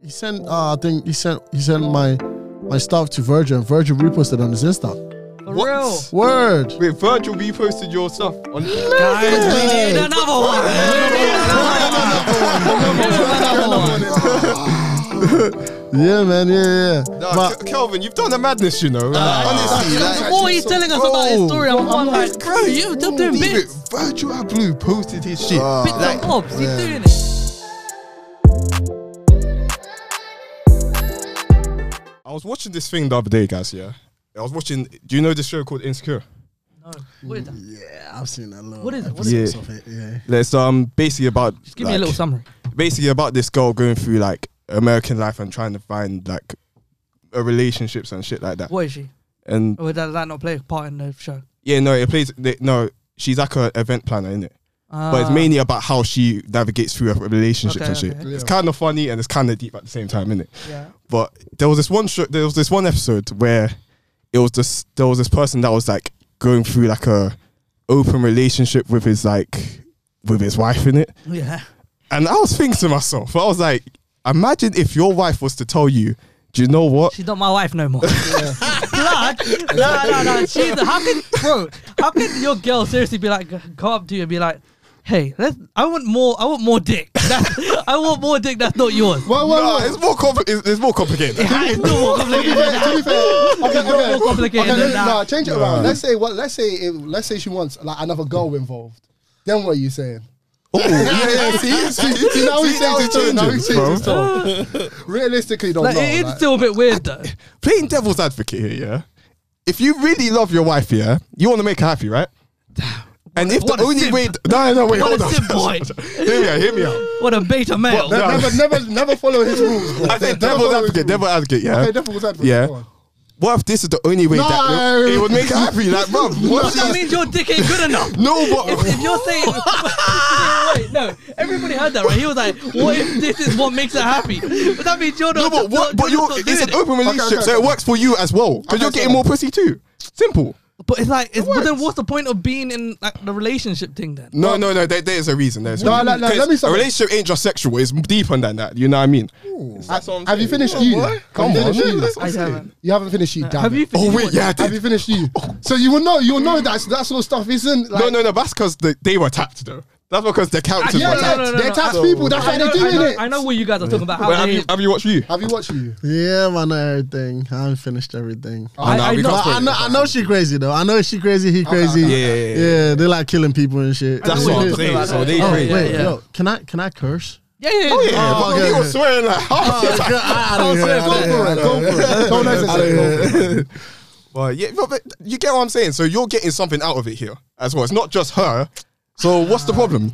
He sent. Uh, I think he sent. He sent my my stuff to Virgin. Virgin reposted on his Insta. For What? real. Word. Wait, Virgil reposted your stuff on Guys, we Hey. need another one. We need another one. Yeah, man. Yeah, yeah. Nah, But Ke- Kelvin, you've done a madness, you know. Like, honestly, like, The more he's telling us about his story, I'm, I'm like, bro, you them doing leave it. bits, Virgil Abloh posted his shit. bits like, and bobs. He's doing it. I was watching this thing the other day, guys. Yeah, I was watching. Do you know this show called Insecure? No, what is that? yeah, I've seen that. Little What is it? What is it? episodes Of it? Yeah. It's um basically about Just give me a little summary. basically about this girl going through like American life and trying to find like uh, relationships and shit like that. What is she? And Or does that not play a part in the show? yeah, no, it plays. They, no, she's like an event planner, is it? but it's Ah. mainly about how she navigates through her relationships Okay, and shit. okay. It's kind of funny and it's kind of deep at the same time, isn't it? Ah, Yeah. But there was this one show, there was this one episode where it was this there was this person that was like going through like a open relationship with his like with his wife in it, Yeah. and I was thinking to myself, I was like, imagine if your wife was to tell you, do you know what? She's not my wife no more. Blood? No, no, no. She's how can bro? How can your girl seriously be like come up to you and be like, hey, let's, I want more. I want more dick. That's, I want more dick. That's not yours. Well, well, Nah, it's more compli- it's, it's more complicated. It's not more complicated. than that. to be fair, okay, okay. more complicated okay, than no, that. no, change it Oh, around. Let's say what? Let's say it, let's say she wants like another girl involved. Then what are you saying? Oh, yeah, yeah, see, see, See, now we see, now change it's it too. Now we changing, change bro. it too. Realistically, don't Like, know. it is like- still a bit weird though. playing devil's advocate here, yeah. If you really love your wife, yeah, you want to make her happy, right? And if What the a only simp. way, no, no, wait, What hold a on. simp boy. hear me out, hear me out. What a beta male. Well, Ne- No. Never, never, never follow his rules. bro. I said Never devil's follow his advocate, rules. devil's advocate, yeah. Okay, devil's advocate. Yeah. go on. What if this is the only way No. that it would make her happy? Like, bro, what But that is, means your dick ain't good enough. no, If, but if you're saying, wait, no, everybody heard that, right? He was like, "What if this is what makes her happy?" But that means you're no, not. but what? But you're you're, not doing it's an it. open relationship, okay, so it okay. works for you as well because Okay, you're so- getting more pussy too. Simple. But it's like, it's, but then works. what's the point of being in like the relationship thing then? No, no, no. There, there's a reason. There's a No, reason. no, no, let 'Cause me stop A it. relationship ain't just sexual. It's deeper than that. You know what I mean? Have you finished you? Have you Come on. finished you? I haven't. You haven't finished you. damn Have it. you? Oh finished wait, what- yeah, I Have did. you finished you? So you will know. You will know that that sort of stuff isn't. Like, No, no, no. That's because they, they were tapped though. That's because their characters Yeah, No, were yeah, tapped. no, no, no, they're no. tax I- people. That's I how know, they do I know, it. I know what you guys are talking about. How Wait, have they, you have you watched you? Have you watched you? Yeah, man, I know everything. I haven't finished everything. Oh, no, I we know- can't But spoil I know, it. I know she crazy though. I know she crazy, he crazy. okay, okay. Yeah, yeah, yeah, yeah, They like killing people and shit. They That's what I'm do. saying. So they Oh, Oh crazy. yeah, wait, yeah. yo, can I can I curse? yeah, yeah, yeah. Yeah, Oh, but okay, you were okay. swearing like half Oh, the time. I don't swear, hear, go I don't for hear, I don't Go for it. Go for hear. it. Don't hesitate. Go for it. Well, yeah, but, but you get what I'm saying. So you're getting something out of it here as well. It's not just her. So what's the problem?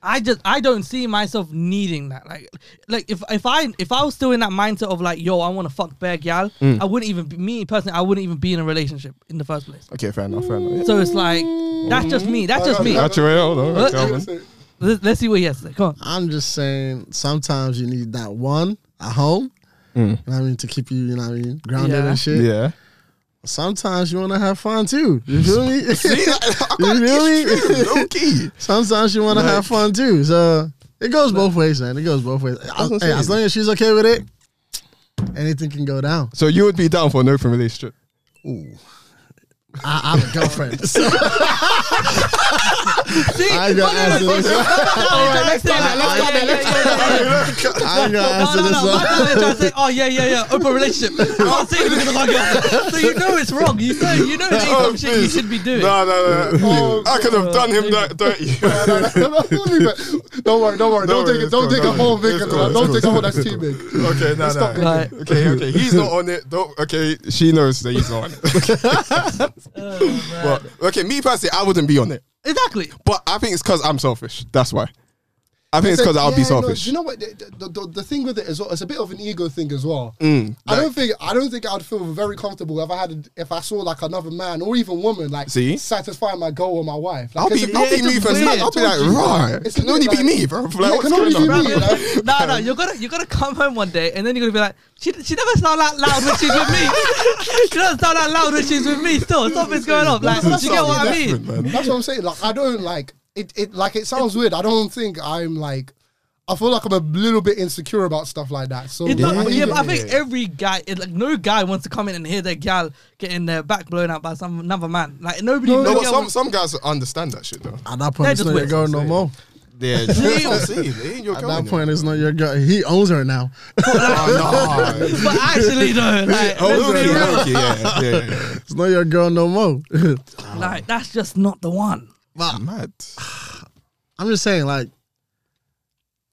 I just I don't see myself needing that. Like like if if I if I was still in that mindset of like yo I want to fuck bear gal, I wouldn't even be, me personally I wouldn't even be in a relationship in the first place. Okay, fair enough. Fair enough. So it's like that's just me. That's just me. Yeah. Actually, hold on, What? Calvin. Let's, let's see what he has to say. Come on. I'm just saying sometimes you need that one at home. You know what I mean? To keep you, you know what I mean, grounded Yeah. and shit. Yeah. Sometimes you wanna have fun too. You feel me? See, like, I You can't- feel me? it's true, low key. Sometimes you wanna have fun too. So it goes both ways, man. It goes both ways. what I'm Hey, as saying. long as she's okay with it, anything can go down. So you would be down for an open relationship? I, I'm a girlfriend. so See, I ain't gonna answer this one. let's say that. Let's go there. Let's go there. Oh, I ain't gonna No, answer no, no. this My one. brother trying to say, oh yeah, yeah, yeah, open relationship. I can't say it because of my girlfriend. So you know it's wrong. You know, you know it ain't some shit you should be doing. No, no, no. Oh, I could have done him that dirty. Don't worry, don't worry. Don't Don't take it. worry, Don't it's take a cool, whole it's big. cool, it's cool, Don't take a it's whole that's cool. too big. Okay, no, Stop no. Right. Okay, okay. He's not on it. Don't, okay, she knows that he's not on it. Oh, but, okay, me personally, I wouldn't be on it. Exactly. But I think it's because I'm selfish. That's why. I think it's because I'll be Yeah, no, selfish. do you know what? The, the, the, the thing with it is, it's a bit of an ego thing as well. I Mm, like- don't think I don't think I'd feel very comfortable if I had if I saw like another man or even woman like See? satisfying my goal or my wife. Like, I'll it's be, a- I'll be it's just moving. weird. I'll be I told you. like, right. It's Can a only bit be like- me, bro. Like, Yeah, what's can only going on? be me. like- no, no, you're gonna you're gonna come home one day and then you're gonna be like, she she never sound that loud when she's with me. she doesn't sound that loud when she's with me. Still, something's going on. Like, That's you get what I something mean? different, man. That's what I'm saying. Like I don't like it. It like it sounds weird. I don't think I'm like I feel like I'm a little bit insecure about stuff like that. So It's I'm not, yeah, even- but I think every guy, it, like no guy wants to come in and hear their gal getting their back blown out by some another man. Like nobody. No, but girl some wants- some guys understand that shit though. At that They're point, it's just not your wits, girl I'm no more. Yeah, that's what I'm saying. They ain't your At girl that no point, it's not your girl. He owns her now. Oh, no. but actually, though, like, Oh, let's be okay, real, okay, yeah, yeah, yeah. It's not your girl no more. like that's just not the one. Ah, Mad. I'm just saying, like,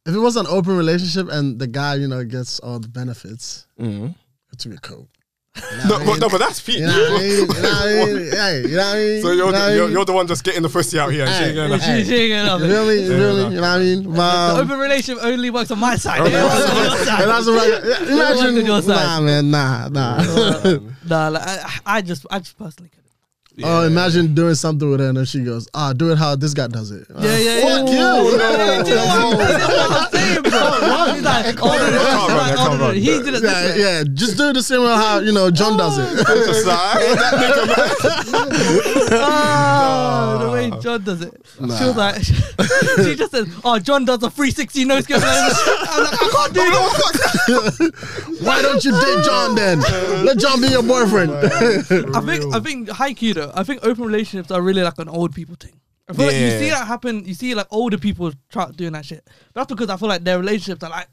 if it was an open relationship and the guy, you know, gets all the benefits, Mm-hmm. it would be cool. No, but, no, but that's Pete. You know what I mean? You know what I mean? Hey, you know what I mean? So You know you're, what I the, you're, mean? you're the one just getting the pussy out here. and Hey. shit, you're like, She- she ain't gonna love You it. feel me? You feel me? enough. You know what I mean? Um, The Mom. open relationship only works on my side. And that's what- yeah, Everyone's on your Imagine, side. nah, man, nah, nah. nah, like, I, I just, I just personally couldn't. Oh, imagine doing something with her and then she goes, "Ah, do it how this guy does it." Yeah, yeah, yeah. Fuck you. No, Yeah, do you know what- do you know what I'm saying, bro? He's like, oh, no, no, Come on, no, no, man, come no, no, on. He did it. yeah, this way. yeah. Just do it the same way how you know John does it. Just like, "Hey, that nigga, man." Oh, the way John does it. She was like, she just said, oh, John does a 360 no scope. I was like, I can't do that. Why don't you date John then? Let John be your boyfriend. I think, I think, high key though, I think open relationships are really like an old people thing. I feel like you Yeah. see that happen, you see like older people try doing that shit. That's because I feel like their relationships are like,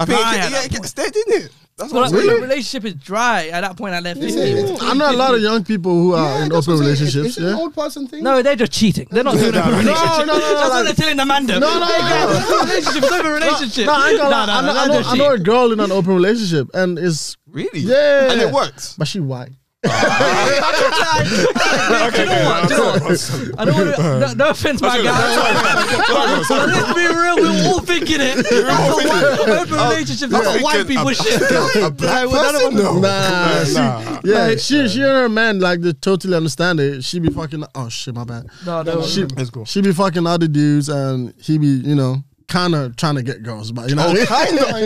I think dry it, at yeah, that it point. gets there, didn't it? That's Well, what like, when I'm saying. the relationship is dry at that point at their 50. I know a lot of young people who are Yeah, in that's open what I'm saying. It's- relationships. It's an Yeah. old person thing. No, they're just cheating. They're not doing it for a relationship. no, no, no, That's what like- they're telling Amanda. no, no, no. It's not a relationship. It's over a relationship. No, I ain't gonna lie. I know- they're I know- just I know a cheating. girl in an open relationship, and it's Really? yeah, And it works. But she white. okay, okay, what? Do you know what? I don't want to. No, no offense, my guy. But let's be real. We're all thinking it. That's a white, open Oh, relationship. That's a white thinking people a- shit. A black Like, well, person? No. Nah, she, nah. yeah, uh, she, she and her man like they totally understand it. She be fucking. Oh shit, my bad. No, no. She, Let's go. she be fucking other dudes, and he be you know kind of trying to get girls, but you know, Oh,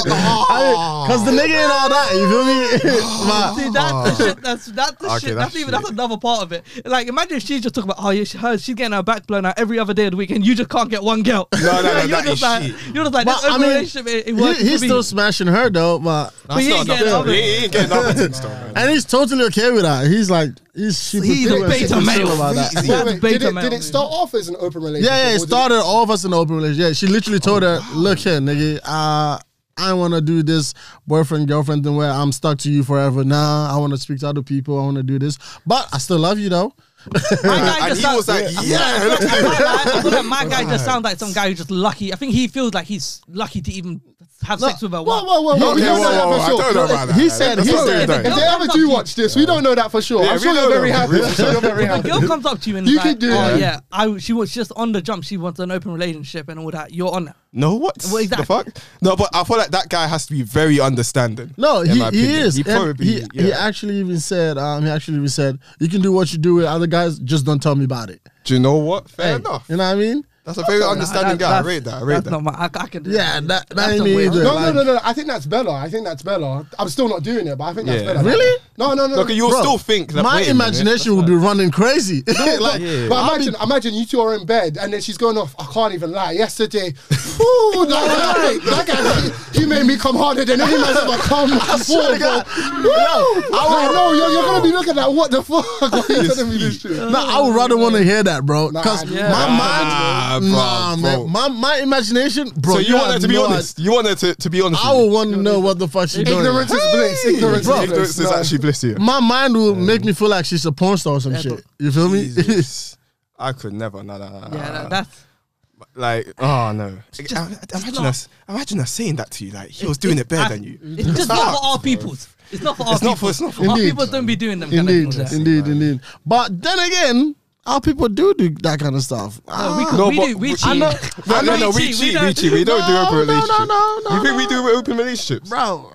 because the nigga ain't all that. You feel me? But- See, Oh. that's the shit. That's that's the Okay, shit. That's that's even shit. that's another part of it. Like, imagine if she's just talking about, oh yeah, she, her, she's getting her back blown out every other day of the week, and you just can't get one girl. no, No, no, you're that just is like, shit. you're just like, But, this open I mean, relationship, it, it He, works. he's for me. still smashing her though, but But he ain't getting He other. ain't getting nothing. and he's totally okay with that. He's like he's super He's cool a and beta super male. chill about that. Wait, That's wait, beta did, it, male, did dude. it start off as an open relationship? Yeah, yeah, or it Oh, did started all of us in an open relationship. Yeah, she literally told her, "Look here, nigga, uh, I want to do this boyfriend girlfriend thing where I'm stuck to you forever. Nah, I want to speak to other people. I want to do this, but I still love you though. My guy And just he sound- was like, yeah, look at My guy- I feel like my guy just sounds like some guy who's just lucky. I think he feels like he's lucky to even have sex with her. Whoa, once. whoa, whoa, whoa. Okay, we don't whoa, know whoa, that for I sure. don't know about that. He said, That's he what I'm said, saying, If though. they ever do watch this, we don't know that for sure. Yeah, I'm we sure don't you're very know. happy. Really? I'm sure you're very If a happy. girl comes up to you and You is like, can do oh that. yeah, I, she was just on the jump. She wants an open relationship and all that. You're on that. No, what? Well, exactly. The fuck? No, but I feel like that guy has to be very understanding. No, in he, my he opinion. is. He And probably, he, yeah. he actually even said, um, he actually even said, you can do what you do with other guys, just don't tell me about it. Do you know what? Fair Hey, enough. You know what I mean? That's a very That- understanding guy. I that's- rate that. I rate that's that. Not my, I, I can do Yeah, that. that, that That's ain't a me weird- either. No, no, Like, no, no. I think that's better. I think that's better. I'm still not doing it, but I think that's Yeah. better. Really? No, no, no. Look, you'll Bro, still think that. My wait a minute, imagination will be running crazy. like, But imagine, imagine you two are in bed, and then she's going off. I can't even lie. Yesterday, whew, that guy, that guy, he- he made me come harder than any man's ever come before. bro. Woo! I know you're, you're gonna be looking at what the fuck? Why are you telling me this shit? No, I would rather want to hear that, bro. Because Nah, yeah. my Ah, Nah, mind, bro, nah, bro. man, my my imagination, bro. So you want her have to be no honest? You want her to to be honest? idea. I would with you? want to know what the fuck she's doing. Ignorance is bliss. Hey, Ignorance bro, is ignorance bliss. is No. actually bliss here. My mind will make me feel like she's a porn star or some shit. You feel me? Jesus. I could never. Nah, nah, nah. Yeah, nah. that, that's. like, oh no. I- I- it's imagine not- us. Imagine us saying that to you. Like he was doing it better than you. It's just not for our peoples. It's not for our It's people. not for- it's not for- our Indeed. people don't be doing them. kind of Indeed, things. indeed, indeed. But then again, our people do do that kind of stuff. No, we, Ah. could, No, we but do. We we- cheat. know- No, no, no. We We cheat. don't- We cheat. We don't do No, open no, no, relationships. no, no, You think we no. do open relationships? bro.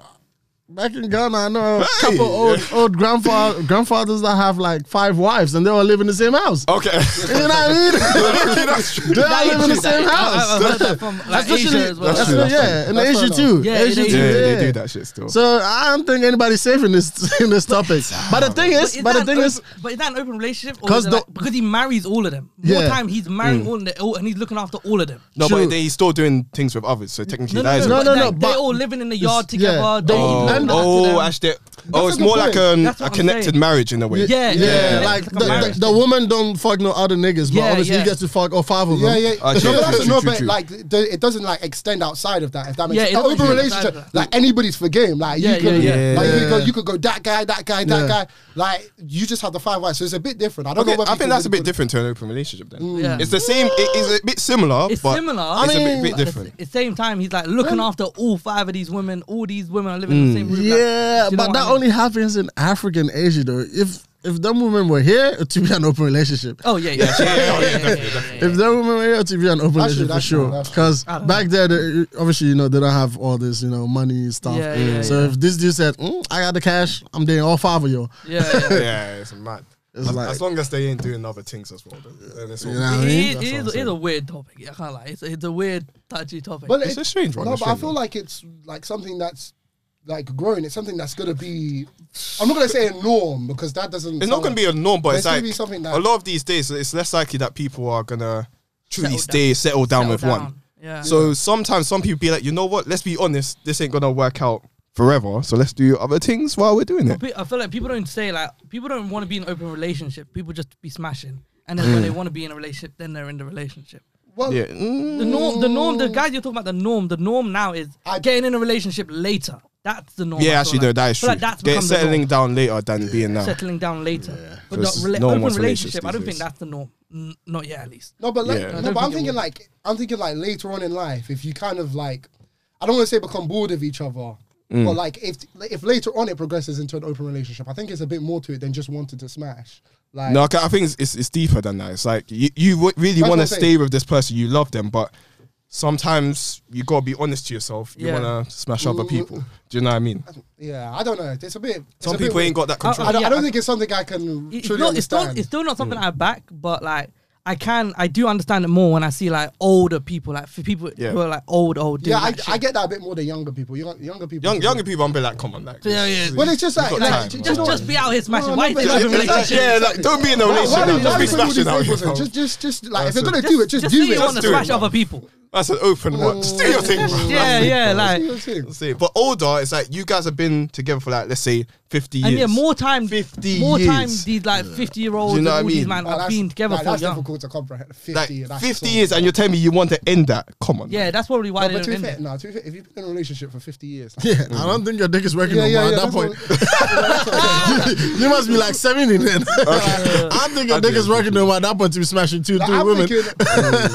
back in Ghana, I know a couple old old grandfather grandfathers that have like five wives and they all live in the same house. Okay. You know what I mean? That's true. they all live in the same I, house. have heard that from like, Asia as well. that's especially- true, yeah, in That's Asia fair too. Yeah, Asia in too. Asia. Yeah, yeah. they do that shit still. So I don't think anybody's safe in this in this topic. But the thing is, is but the that an thing open- is, but is that an open relationship? Or 'Cause is it the- like- because he marries all of them. More Yeah. time he's marrying all of them, all- and he's looking after all of them. no, True. but they- he's still doing things with others, so technically No, that no, is. no, No, but no, like, no, They but- all living in the yard it's- yeah. together. They Oh. look Oh, And- after oh them. actually, oh, That's it's a more good like point. an, That's a what I'm connected saying. marriage in a way. Yeah, yeah, yeah, like the, it's like a the, marriage the thing. woman don't fuck no other niggas, but Yeah, obviously yeah. he gets to fuck all five of them. Yeah, yeah. Ah, no, true, but that's true, no, true, but true. like th- it doesn't like extend outside of that. If that makes Yeah, sense. it That doesn't extend open relationship, outside of that. like anybody's for game. Like Yeah, you could, yeah, yeah. like you Yeah. could go, you could go that guy, that guy, that Yeah. guy. Like you just have the five wives, so it's a bit different. I don't Okay, know. whether I you can think that's a really bit put- different to an open relationship then. Yeah. It's the same, it is a bit similar, It's but similar. I it's a mean, bit, bit different. At the same time, he's like looking after all five of these women. All these women are living in the same Yeah, room. like, do you know but what that I mean? only happens in Africa and Asia though. If if them women were here, it would be an open relationship. Oh yeah, yeah, yeah, yeah, yeah, yeah, yeah, yeah. If them women were here, it would be an open That's true, relationship for that's true, sure. that's true. Because I don't back there, they, obviously, you know, they don't have all this, you know, money stuff. Yeah, yeah, so yeah. if this dude said, mm, "I got the cash, I'm doing all five of you," Yeah, yeah. yeah, it's mad. It's as, like- as long as they ain't doing other things as well, then, then it's all You know? I It mean, is- that's what I'm it is- it is saying. a weird topic. I can't lie. It's, it's a weird, touchy topic. But It's it- a strange one, No, it's but I strange feel one. like it's like something that's like growing. It's something that's gonna be. I'm not gonna say a norm because that doesn't. It's not going to be a norm, but There's it's gonna like be something that- a lot of these days, it's less likely that people are going to truly Settle stay, settle down with one. Yeah. So sometimes some people be like, you know what? Let's be honest. This ain't gonna work out forever. So let's do other things while we're doing it. Pe- I feel like people don't say like people don't want to be in an open relationship. People just be smashing, and then Mm. when they want to be in a relationship, then they're in the relationship. Well, Yeah. Mm. The norm, the norm, the guys you're talking about, the norm, the norm now is I- getting in a relationship later. That's the norm. I Yeah, feel actually, like. no, that is I true. feel like that's Get become the norm. settling down later than being uh, now. settling down later. But So the it's rela- no one open wants relationships relationship, I these don't think days. that's the norm. N- not yet, at least. No, but like, Yeah. I no, don't but I'm think it thinking will. like I'm thinking like later on in life, if you kind of like, I don't want to say become bored of each other, Mm. but like if if later on it progresses into an open relationship, I think it's a bit more to it than just wanting to smash. Like, No, 'cause I think it's, it's, it's deeper than that. It's like you, you w- really That's want what to I'm saying. stay with this person, you love them, but sometimes you gotta be honest to yourself. You Yeah. wanna smash other Mm. people. Do you know what I mean? yeah, I don't know. It's a bit. it's Some a bit people ain't got weird. that control. I- I don't, I don't Yeah, think it's something I can It's, truly not, it's, understand. not, it's still not something Mm. I back, but like I can, I do understand it more when I see like older people, like for people Yeah. who are like old, old. yeah, doing I, that I shit. get that a bit more than younger people. Young, younger people. Young younger people, I'm be like, come on, like, Yeah, yeah. Well, it's just You've like, got like, time, do you bro. know Just, what? just be out here smashing. No, Why no, you but in a it's like- relationship? yeah, like don't be in a Why, why relationship. do now. you- Just why do be people do smashing these out. labels and yourself. Just, just, just like if That's they're gonna it. do it, just, just do say you it. want to do it, smash man. other people. That's an open Mm. one. Just do your thing, bro. Yeah, yeah, like. Do your thing. That's it. But older, it's like you guys have been together for like let's say fifty years. And yeah, more time, 50 more time. years. These like fifty-year-olds, Do you know what I all these mean? man Like, are that's- being together like, for that's young. difficult to comprehend. Fifty, like that's fifty so- years, and you tell me you want to end that? Come on. Yeah, that's probably why No, they but to don't be end fair, it. no, to be fair, if you've been in a relationship for fifty years, like, yeah, I don't think your dick is working no more at that that's point. what- that's what I'm saying. you must be like 70 then. I think your dick is working no more at that point to be smashing two, Like, three I'm, women. thinking,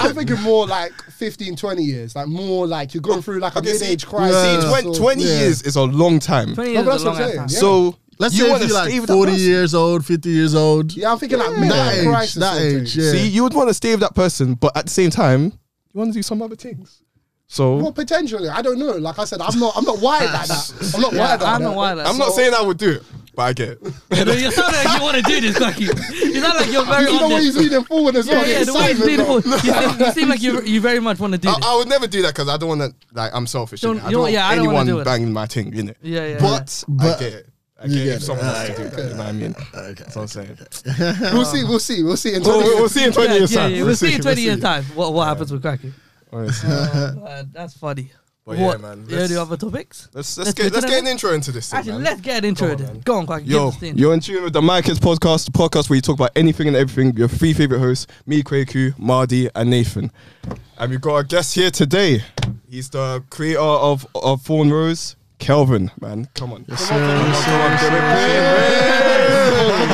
I'm thinking more like 15, 20 years, like more like you're going through like a Okay, see, mid-age see, crisis. twen- or- twenty yeah. years is a long time. Twenty No, years but is a that's long what I'm ass saying. time. Yeah. So Let's you say if wanna you're stay like with that 40 person. years old, 50 years old. yeah, I'm thinking like that mid-age age, crisis. that sort of age, thing. yeah. See, you would want to stay with that person, but at the same time, you want to do some other things. So Well, potentially, I don't know. Like I said, I'm not, I'm not wired like that. I'm not wired like I'm that. not wired like I'm not so- saying I would do it, but I get it. You know, you sound like you want to do this, Quacky. You sound like you're very You know on what this. he's leaning forward as Yeah, well. yeah, the way he's excitement, leaning bro. forward. You seem- You seem like you you very much want to do I, this. I would never do that because I don't want to. Like, I'm selfish. Don't- innit? you I know don't what, yeah, want I don't wanna anyone do it. banging my thing, innit? Yeah, yeah, yeah. But, But- I get it. I You get, it. get If it. someone wants Okay. to do that, you know what I mean? Okay. That's what I'm saying. We'll see, we'll see, we'll see. In We'll, 20 years. we'll see in 20 yeah, years' yeah, time. yeah, we'll see in 20 years' time what, what happens with Cracky. Honestly. Uh, that's funny. But yeah, what, man, You know let's- the other topics? Let's, let's, Let's get, go to let's the get an next- intro into this. Thing, Actually, man. let's get an intro Go on, then. man. Go on, Quacky. Yo, get us in. you're in tune with the My Kids Podcast, the podcast where you talk about anything and everything. Your three favorite hosts, me, Kwaku, Mardi, and Nathan. And we've got a guest here today. He's the creator of, of Thorn Rose, Kelvin, man. Come on. Come on,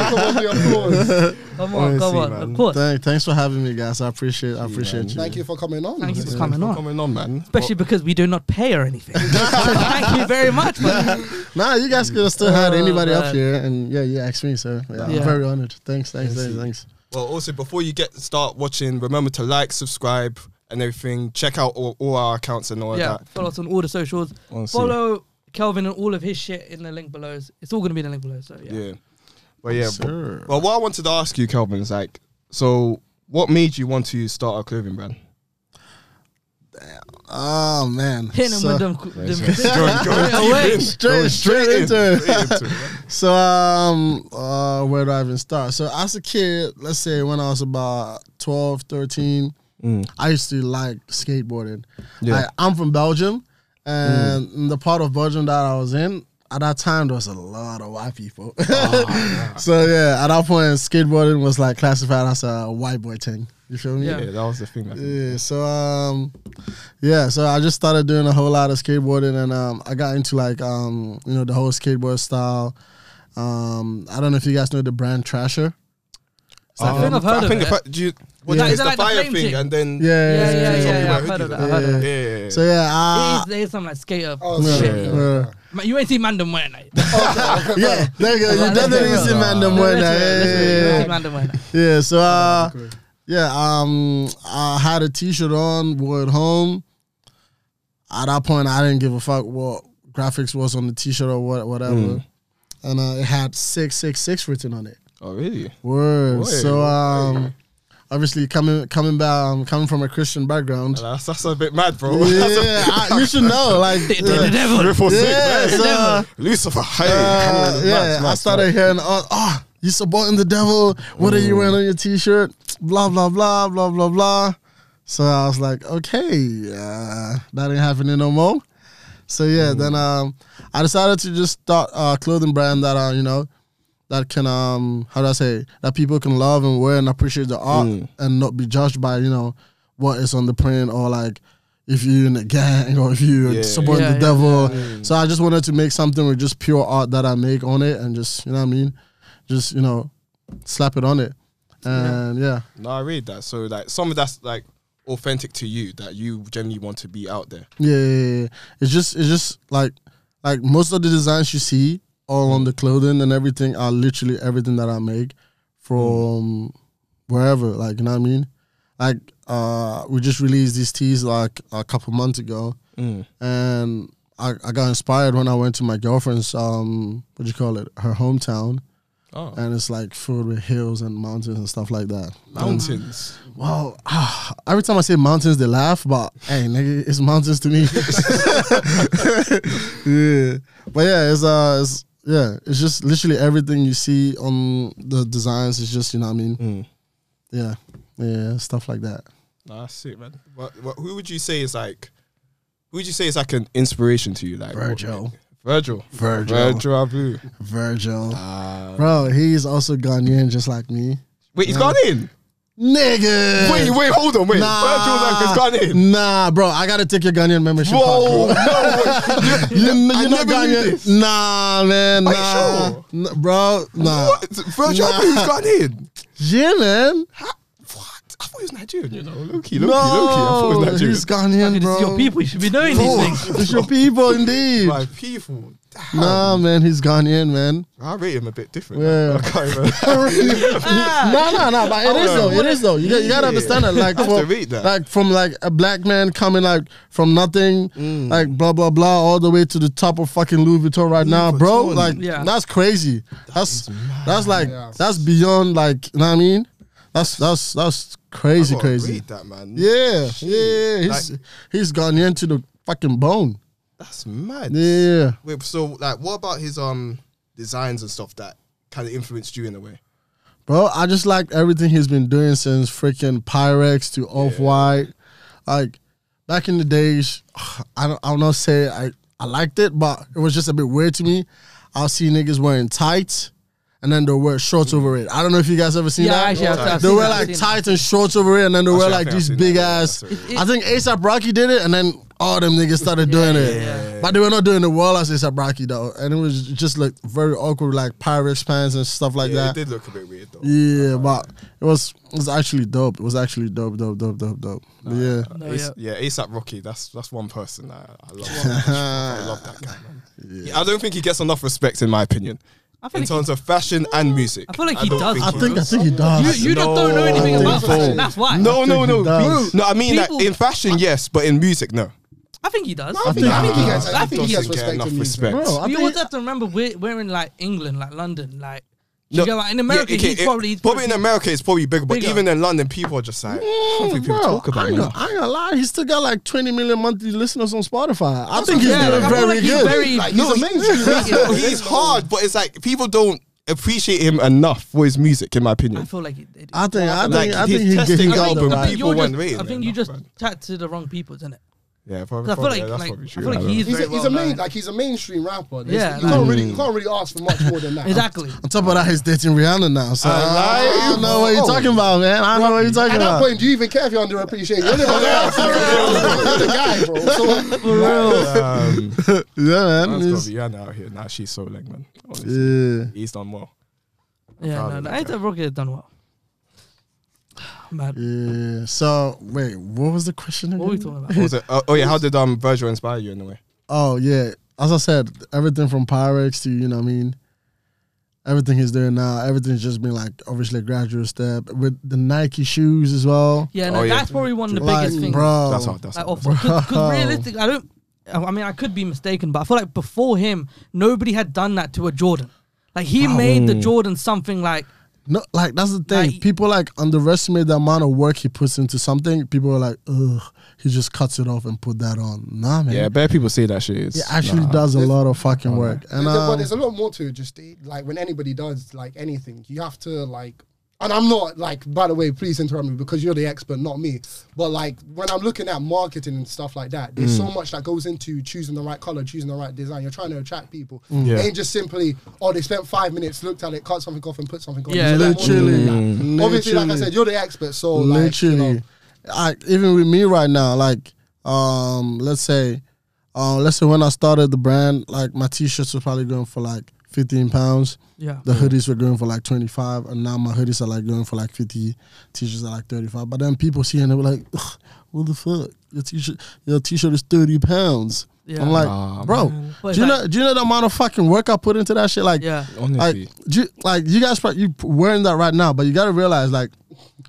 come on, come on, Come on, the applause. Come on, come honestly, on. man. Of course. Thank, thanks for having me, guys. I appreciate, I appreciate you. Thank you for coming on. Thank you for Yeah. coming come on. Coming on, man. Especially because we do not pay or anything. Thank you very much, man. Nah, you guys could have still had Oh, anybody man. up here, and yeah, you asked me, so yeah, Yeah. I'm very honored. Thanks, thanks, thanks, thanks. Well, also before you get start watching, remember to like, subscribe, and everything. Check out all, all our accounts and all yeah, that. follow us on all the socials. Honestly. Follow Kelvin and all of his shit in the link below. It's all gonna be in the link below. So yeah. Yeah. But yeah, but, Sure. but what I wanted to ask you, Calvin, is like, so what made you want to start a clothing brand? Oh man. Hitting So- him with them, them away. Straight, straight in, into it. straight into it, man. So um uh where do I even start? So as a kid, let's say when I was about 12, 13, I used to like skateboarding. Yeah. Like, I'm from Belgium and in the part of Belgium that I was in at that time there was a lot of white people. so Oh, yeah, at that point skateboarding was like classified as a white boy thing. You feel me? Yeah. Yeah, that was the thing. I think. Yeah, so um yeah, so I just started doing a whole lot of skateboarding and um I got into like um you know the whole skateboard style. Um I don't know if you guys know the brand Trasher. I think I've heard Um, I of think it. the fa- do you, what Yeah. is Is it the like the fire flame thing, thing? and then Yeah, yeah, Yeah, yeah, yeah. yeah. Something yeah, I've heard like who of do that. I've heard of yeah, that. yeah, yeah. So yeah, There's, Ah. uh, there's some like skater. Oh, yeah, shit. shit. yeah. Man, you ain't seen Mandem wearing it. yeah, there you go. You Let's definitely be see real. Mandem Let's wearing be real, that. let's be real, Yeah, you yeah, ain't yeah. seen Mandem wearing that. Yeah, so uh, yeah, um, I had a T-shirt on, wore it home. At that point, I didn't give a fuck what graphics was on the T-shirt or what, whatever, and uh, it had six six six written on it. Oh, really? Word. so Word. um, obviously coming coming back, um, coming from a Christian background. That's, that's a bit mad, Yeah, bro. That's a- I- you should know. Like, The, the, the yeah, devil. Three, four, six, yeah, man. so, uh, Lucifer, hey, uh, come on, yeah, mad, mad, I started mad. hearing, oh, oh, you supporting the devil. What are you wearing on your t-shirt? Blah blah blah blah blah blah. So I was like, okay, uh, that ain't happening no more. So Mm. yeah, then um, I decided to just start a clothing brand that uh, you know, that can um, how do I say, that people can love and wear and appreciate the art Mm. and not be judged by you know what is on the print or like if you in a gang or if you Yeah. support Yeah, the yeah, devil. So I just wanted to make something with just pure art that I make on it and just you know what I mean, just you know, slap it on it, and yeah. No, I read that. So like something that's like authentic to you that you generally want to be out there. Yeah, yeah, yeah. It's just it's just like like most of the designs you see all on the clothing and everything are literally everything that I make from wherever. Like you know what I mean? Like uh we just released these tees like a couple months ago and I, I got inspired when I went to my girlfriend's um what do you call it, her hometown. Oh. And it's like filled with hills and mountains and stuff like that. Oh, Mountains. Well, ah, every time I say mountains, they laugh, but hey, nigga, it's mountains to me. yeah, but yeah, it's uh, it's yeah, it's just literally everything you see on the designs is just you know what I mean. Mm. Yeah, yeah, stuff like that. Nah, that's it, man. What, what, who would you say is like? Who would you say is like an inspiration to you? Like what- Virgil. Virgil. Virgil. Uh, Virgil Abloh. Virgil, Uh, bro, he's also Ghanaian, just like me. Wait, he's gone in. Nigga, Wait, wait, hold on, wait. Virgil like, has gone in. Nah, bro, I gotta take your Ghanaian membership. card, bro. Whoa, no way. You, you I not never knew Ghanaian? this. Nah, man. Are you nah, sure? N- bro. Nah. What? Virgil Nah. Abloh's gone in. Yeah, man. Ha- What? I thought he was Nigerian. You know, low key, no, low key, low key. I thought he was Nigerian. he's Ghanaian, It's bro. your people. You should be knowing Bro, these things. it's your people, indeed. My people. Damn. Nah, man, he's Ghanaian, man. I rate him a bit different. Yeah. I can't even. no, no, no, but it is on. though. It is though. You, got- you gotta Oh, Yeah. understand that, like, I have for- to read that. like from like a black man coming like from nothing, Mm. like blah blah blah, all the way to the top of fucking Louis Vuitton right now, bro. Vuitton. Like, Yeah. that's crazy. that's that's like that's beyond like, you know what I mean? That's that's that's crazy, I gotta crazy. Read that man. Yeah, Shit. yeah, he's Like- he's gone into the fucking bone. that's mad. Yeah. Wait, so like, what about his um designs and stuff that kind of influenced you in a way? Bro, I just like everything he's been doing since freaking Pyrex to Off White. Like back in the days, I don't I don't know say I I liked it, but it was just a bit weird to me. I'll see niggas wearing tights and then they'll wear Mm. shorts over it. I don't know if you guys ever seen Yeah, that. actually, I've- I've they seen wear that, I've like seen tights and shorts over it and then they wear Actually, I like think I've these seen big that, yeah, ass. that's it. I think ASAP Rocky did it and then all them niggas started doing it. yeah. But they were not doing the wall as ASAP Rocky though. And it was just like very awkward, like Pyrex pants and stuff like Yeah, that. it did look a bit weird though. Yeah, but it was it was actually dope. It was actually dope, dope, dope, dope, dope. But yeah, No, Ace- yeah. yeah, ASAP Rocky. That's that's one person that I, I love. I love that guy. Man. Yeah, I don't think he gets enough respect, in my opinion, I feel in like he- terms of fashion and music. I feel like he don't does. I He think I does. think he does. You, you just don't know No, anything I about think so. fashion. That's why. no, no, think he no, does. no. I mean, like, People- in fashion, yes, but in music, no. I think he does. No, I think, I think he has. I Nah, think he has doesn't get respect enough for music. respect. Bro, I we think Mm, also have to remember we're, we're in like England, like London, like you No, know, like, in America, yeah, okay, he's it- probably he's in America it's probably bigger, but Bigger. even in London, people are just like, I don't think people Bro, talk I about ain't, it. gonna, I ain't gonna lie, he's still got like 20 million monthly listeners on Spotify. I think he's yeah, doing like, I feel very like he's good. very- Like, he's amazing. No, he's hard, but it's like people don't appreciate him enough for his music, in my I opinion. feel like he did. I think, I think, Like, I he's think he testing he the got album, the right- people weren't rating I think it you enough, just man. chat to the wrong people, isn't it? Yeah, probably. I feel probably, like, yeah, that's like I probably true. Um, feel like don't know. he's, He's a, very he's well a main, known. like he's a mainstream rapper. There's- Yeah, you like- can't really, you can't really ask for much more than that. exactly. On top of that, he's dating Rihanna now. So I, lie. don't know what you're Oh. talking about, man. I don't know what you're talking At that about. point, do you even care if you're underappreciated? You're the you're the guy, bro. So, Um, Yeah, man. that's gotta he's- be Rihanna out here. Nah, she's so lame, man. Honestly. Yeah. He's done well. Yeah, Proud no, of no, that I think Rocket has done well. Mad. Yeah. So wait, what was the question again? What are we talking about? What was it? Oh, oh yeah, how did um Virgil inspire you in a way? Oh yeah. As I said, everything from Pyrex to you know what I mean. Everything he's doing now, everything's just been like obviously a gradual step with the Nike shoes as well. Yeah, no, Oh, yeah. that's probably one of the like, biggest things. bro, That's hard. That's Like hard. off, because realistic, I don't. I I mean, I could be mistaken, but I feel like before him, nobody had done that to a Jordan. Like he made Mm. the Jordan something like No, like that's the thing. Like- people like underestimate the amount of work he puts into something. People are like, ugh, he just cuts it off and put that on. Nah, man. Yeah, bare people say that shit is. He actually nah. does a lot of fucking work. And There's a- but um, there's a lot more to it. Just eh, like when anybody does like anything, you have to like. And I'm not like. By the way, please interrupt me because you're the expert, not me. But like when I'm looking at marketing and stuff like that, there's Mm. so much that goes into choosing the right color, choosing the right design. You're trying to attract people. Mm, Yeah. It ain't just simply oh they spent five minutes, looked at it, cut something off, and put something on. Yeah, There's a lot more to literally, it than that. Obviously, like I literally. said, you're the expert, so literally like, you know, I, even with me right now like um let's say uh, let's say when i started the brand like my t-shirts were probably going for like 15 pounds yeah, the hoodies were going for like 25 and now my hoodies are like going for like 50 t-shirts are like 35 but then people see it and they were like "Ugh, what the fuck your t-shirt your t-shirt is 30 pounds Yeah. i'm like Nah, bro But do you like- know do you know the amount of fucking work i put into that shit like yeah, like, Honestly. do you, like you guys, prob- you p- wearing that right now, but you gotta realize, like,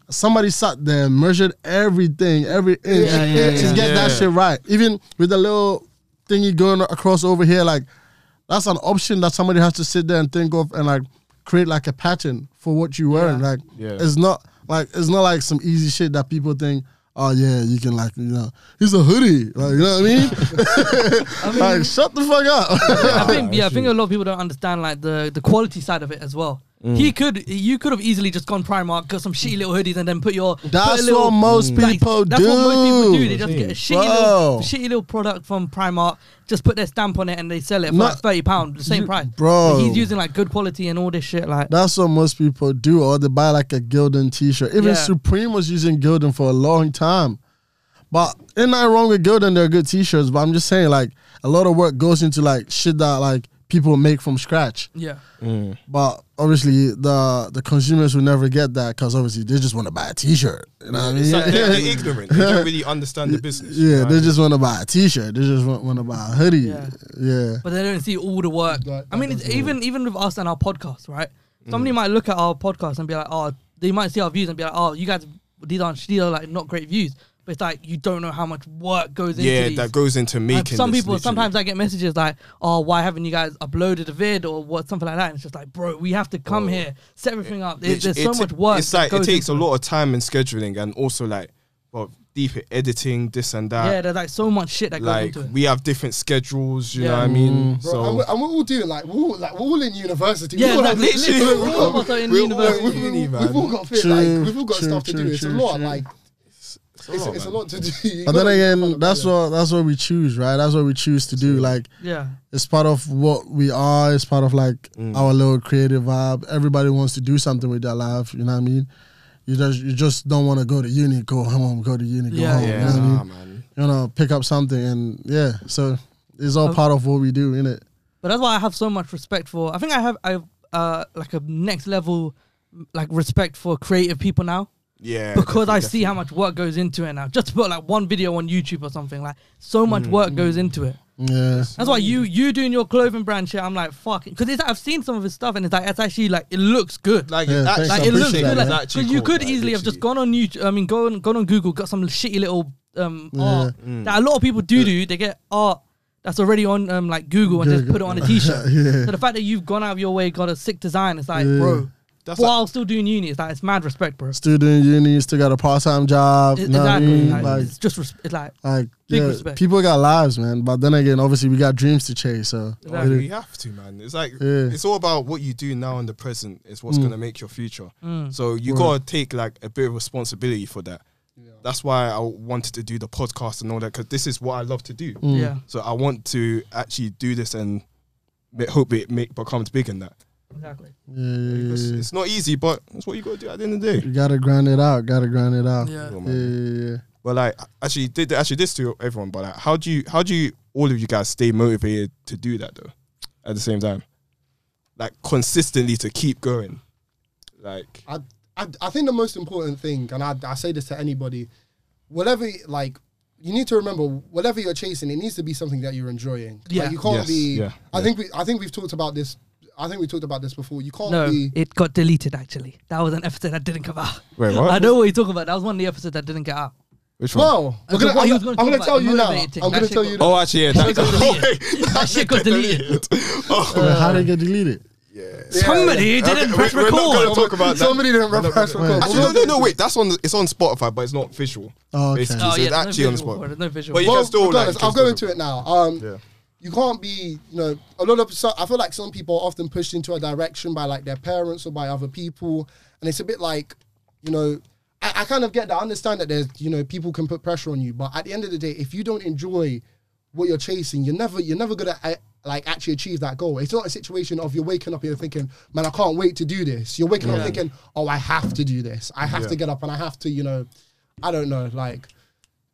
somebody sat there, measured everything, every inch Yeah, yeah, to yeah. get that Yeah. shit right. Even with the little thingy going across over here, like, that's an option that somebody has to sit there and think of and like create like a pattern for what you're wearing. Like, Yeah. it's not like it's not like some easy shit that people think. Oh yeah, you can like you know, it's a hoodie, like you know what I mean? like shut the fuck up. I think yeah, I think a lot of people don't understand like the the quality side of it as well. Mm. He could, you could have easily just gone Primark, got some shitty little hoodies, and then put your. put a That's little- what Mm. most like, people That's what most people do. They just get a shitty little, Bro. shitty little product from Primark, just put their stamp on it, and they sell it for No. like thirty pound, the same You- price. bro. But he's using like good quality and all this shit. Like That's what most people do, or they buy like a Gildan T-shirt. Even Yeah. Supreme was using Gildan for a long time, but ain't nothing wrong with Gildan. They're good T-shirts, but I'm just saying, like a lot of work goes into like shit that like people make from scratch. yeah, But obviously, the the consumers will never get that because obviously they just want to buy a T-shirt. You know what I mean? It's like they're, they're ignorant. They don't really understand the business. you know yeah, what I they mean? just want to buy a T-shirt. They just want, want to buy a hoodie. Yeah. yeah. but they don't see all the work. That- I mean, that it's even even with us and our podcast, right? Mm. Somebody might look at our podcast and be like, "Oh, they might see our views and be like, oh, you guys, these aren't these are like not great views." But it's like you don't know how much work goes into yeah, these. that goes into Like, making. some this, people literally. sometimes I get messages like, "Oh, why haven't you guys uploaded a vid or what something like that?" And it's just like, bro, we have to come here, set everything up. There- Literally, there's so it much ta- work. It's that like it goes takes a into lot of time and scheduling, and also like, well, deep editing, this and Yeah, that. there's like so much shit that like goes into it. we have different schedules. You know Yeah. what I mean? Mm. Bro, so and, we're, and we're all doing like we're all, like we're all in university. Yeah, we all like, have- literally, we're all- we're all in we're all- university. we've- we've- We've all got fit, True, like we've all got true, stuff to true, do. It's a true, lot, true. like it's, it's a man. lot to do. You But gotta- then again, that's what that's what we choose, right? That's what we choose to do. Like yeah, it's part of what we are. It's part of like Mm. our little creative vibe. Everybody wants to do something with their life. You know what I mean? You just you just don't want to go to uni, go home, go to uni, go Yeah, home. You yeah. know what I mean? nah, man. You wanna pick up something, and yeah. So it's Oh. all part of what we do, innit? but that's why I have so much respect for. I think I have I have, uh like a next level like respect for creative people now Yeah, because I see definitely, how much work goes into it now. Just to put like one video on YouTube or something, like so Mm. much work goes into it. Yeah. That's why you you doing your clothing brand shit. I'm like fuck because I've seen some of his stuff and it's like it's actually like it looks good. Like, Yeah, it thanks, actually- I Like it looks appreciate good. that, Like, It's actually because you cool, could like, easily have just literally. gone on YouTube. I mean, gone gone on Google, got some shitty little um, art Mm. that a lot of people do do. They get art that's already on um, like Google and just Google. put it on a T-shirt. Yeah. So the fact that you've gone out of your way, got a sick design, it's like, Yeah. bro. That's while still doing uni, it's like it's mad respect, bro. Still doing uni, still got a part time job. It- know what I exactly. mean? like, Like, it's just res- it's like like Big yeah, respect. people got lives, man. But then again, obviously we got dreams to chase. So Like, Exactly. we have to, man. It's like Yeah. it's all about what you do now in the present is Mm. what's gonna make your future. Mm. So you Word. gotta take like a bit of responsibility for that. That's why I wanted to do the podcast and all that because this is what I love to do. Mm. yeah, So I want to actually do this and ma- hope it make, becomes big in that. exactly. yeah, yeah, yeah, It's, yeah. it's not easy, but it's what you gotta do at the end of the day. you gotta grind it out. Gotta grind it out. Yeah. Well, yeah, man. yeah, yeah. Well, like actually did actually this to everyone, but like, how do you how do you all of you guys stay motivated to do that though, at the same time, like consistently to keep going, like I, I, I think the most important thing, and I, I say this to anybody, whatever, like, you need to remember whatever you're chasing, it needs to be something that you're enjoying. Like, Yeah. you can't Yes, be. yeah, I yeah. think we, I think we've talked about this. I think we talked about this before. You can't No, be. it got deleted actually. That was an episode that didn't come out. Wait, what? I know what you're talking about. That was one of the episodes that didn't get out. which one? Well, we're Okay, gonna, what I'm, he was gonna, gonna I'm talk about, gonna tell the you now. motivating I'm thing, gonna that tell shit you now. Oh, actually, yeah, that, got oh, deleted. wait, That shit got deleted. oh, Wait, how did it get deleted? Somebody didn't Okay, press we- we're not record. gonna talk about that. Somebody didn't press gonna- record. Actually, no, no, no. Wait, that's on. It's on Spotify, but it's not visual. Oh, okay. Basically, Oh, yeah, so it's there's no actually on visual for it, Spotify. there's no visual. But you Well, can still like. regardless, I'll go into it. it now. Um, Yeah. You can't be, you know, a lot of. So I feel like some people are often pushed into a direction by like their parents or by other people, and it's a bit like, you know, I, I kind of get that. I understand that there's, you know, people can put pressure on you, but at the end of the day, if you don't enjoy what you're chasing, you're never, you're never gonna. uh, like actually achieve that goal. It's not a situation of you're waking up and you're thinking, "Man, I can't wait to do this." You're waking up thinking, "Oh, I have to do this. I have to get up and I have to, you know, I don't know, like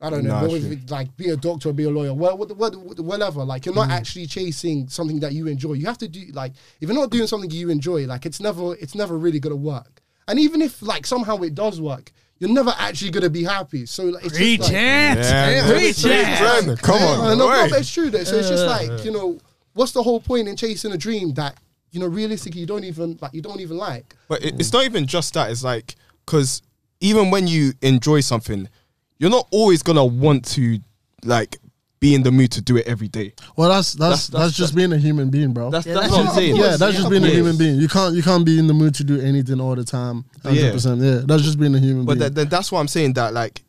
I don't know, Nah, what would true. it- like be a doctor, be a lawyer, well, what, what, what- whatever. Like you're Mm. not actually chasing something that you enjoy. You have to do like if you're not doing something you enjoy, like it's never it's never really gonna work. And even if like somehow it does work, you're never actually gonna be happy. So like, it's Reach just, like, it. Yeah, Reach it. Trend, Come yeah, on, no, no, wait. but it's true though. So it's just like you know, what's the whole point in chasing a dream that you know realistically you don't even like you don't even like. But it, it's not even just that. It's like because even when you enjoy something, you're not always gonna want to like be in the mood to do it every day. Well, that's that's that's, that's- just being a human being, bro. That's Yeah, that's that's what I'm just- saying. yeah, that's just being a Yes. human being. You can't you can't be in the mood to do anything all the time. Yeah. 100%. Yeah, that's just being a human being. But that, that, that's why I'm saying that like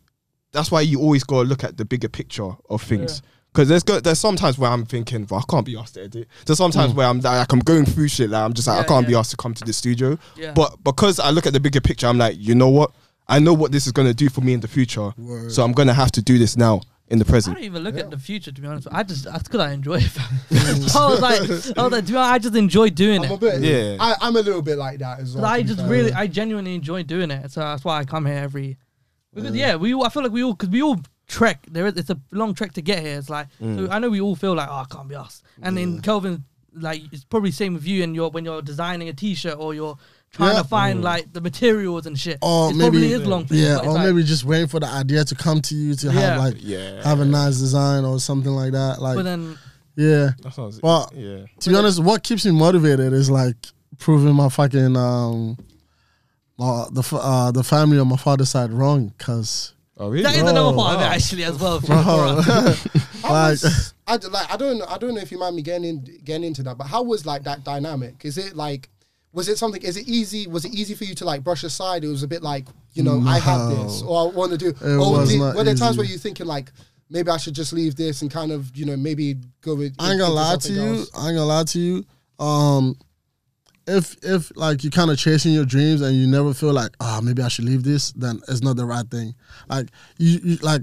that's why you always gotta look at the bigger picture of things. Cause there's go, there's sometimes where I'm thinking, well, I can't be asked to edit. There's sometimes where I'm like, I'm going through shit, like I'm just like, I Yeah, can't be yeah. asked to come to the studio. Yeah. But because I look at the bigger picture, I'm like, you know what? I know what this is gonna do for me in the future. So I'm gonna have to do this now in the I present. don't even look at the future to be honest. I just that's because I enjoy it. I was like, I was like, do you know, I just enjoy doing I'm a it. bit, Yeah. I, I'm a little bit like that as well. 'Cause I to be just fair. really, I genuinely enjoy doing it. So that's why I come here every. Because yeah, we all, I feel like we all because we all trek. There is it's a long trek to get here. It's like so I know we all feel like oh I can't be asked. And in Kelvin, like it's probably same with you and your when you're designing a t-shirt or you're trying Yeah. to find like the materials and shit. or it maybe probably is long. for you, yeah, but it's or like- maybe just waiting for the idea to come to you to have Yeah. like Yeah. have a nice design or something like that. Like But then yeah, That sounds Well- yeah. to be honest, what keeps me motivated is like proving my fucking um uh, the f- uh, the family on my father's side wrong because Oh really? that is Bro, another part of it actually as well. For us. like I was, I d- like I don't know- I don't know if you mind me getting in, getting into that, but how was like that dynamic? Is it like was it something? Is it easy? Was it easy for you to like brush aside? It was a bit like you know I have this or I want to do. or was did- not were there times easy. where you thinking like maybe I should just leave this and kind of you know maybe go with? I ain't gonna into lie to something you. else? I ain't gonna lie to you. Um, if if like you're kind of chasing your dreams and you never feel like ah maybe I should leave this, then it's not the right thing. Like you, you like.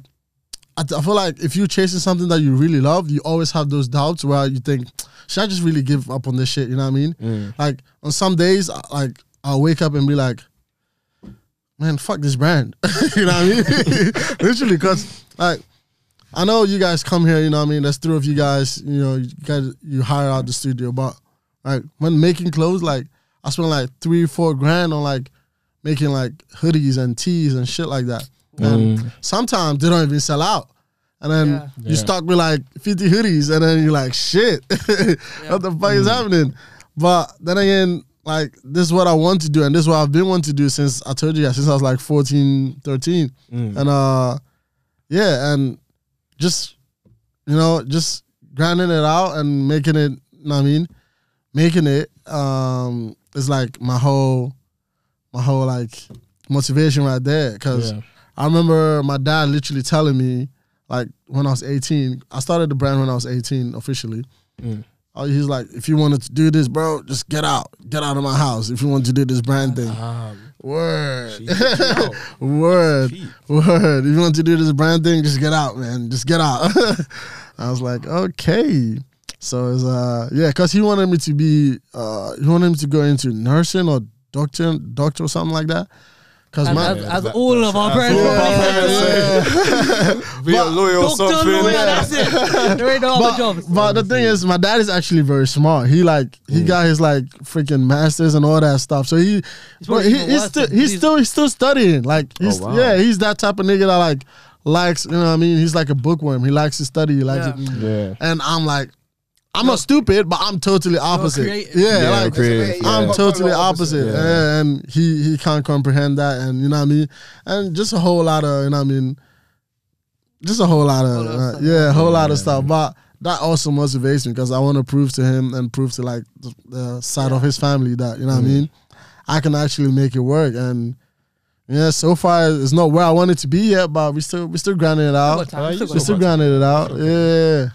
I, I feel like if you're chasing something that you really love, you always have those doubts where you think, should I just really give up on this shit? You know what I mean? Like on some days, I- like I'll wake up and be like, man, fuck this brand. you know what I mean? Literally, because like I know you guys come here, you know what I mean? There's three of you guys, you know, you guys you hire out the studio, but like when making clothes, like I spent like three, four grand on like making like hoodies and tees and shit like that. And sometimes they don't even sell out. And then Yeah. you stuck with like 50 hoodies and then you're like, shit, what the fuck is happening? But then again, like this is what I want to do and this is what I've been wanting to do since I told you guys, since I was like 14, 13. And uh yeah, and just you know, just grinding it out and making it. know what I mean, making it um is like my whole, my whole like motivation right there. Because Yeah. I remember my dad literally telling me like when I was eighteen, I started the brand when I was eighteen officially. Oh, he's like, if you wanted to do this, bro, just get out, get out of my house. If you want to do this brand thing, word, word, word. If you want to do this brand thing, just get out, man. Just get out. I was like, okay. So it's uh, yeah, cause he wanted me to be, uh, he wanted me to go into nursing or doctor, doctor or something like that. Cause And my as, as all of our friends, all of our parents yeah. Be a lawyer or Doctor something. Lawyer, that's it. There ain't no other jobs. But the thing is, my dad is actually very smart. He like he Mm. got his like freaking masters and all that stuff. So he, but probably he, even he's worse still than Oh, he's these- still he's still studying. Like he's wow. yeah, he's that type of nigga that like likes you know what I mean. He's like a bookworm. He likes to study. He likes Yeah. it. Yeah. And I'm like, I'm not stupid, but I'm totally opposite. creative. Yeah, Yeah, like creative. Yeah. I'm Yeah. totally Totally opposite, opposite. Yeah, and he he can't comprehend that, and you know what I mean, and just a whole lot of you know what I mean, just a whole lot of, Whole lot of uh, stuff. yeah, a whole lot of stuff. But that also motivates me because I want to prove to him and prove to like the, the side of his family that you know what I mean, I can actually make it work. And yeah, so far it's not where I want it to be yet, but we still we still grinding it Still got out. time, still got We still time. grinding it out. Yeah,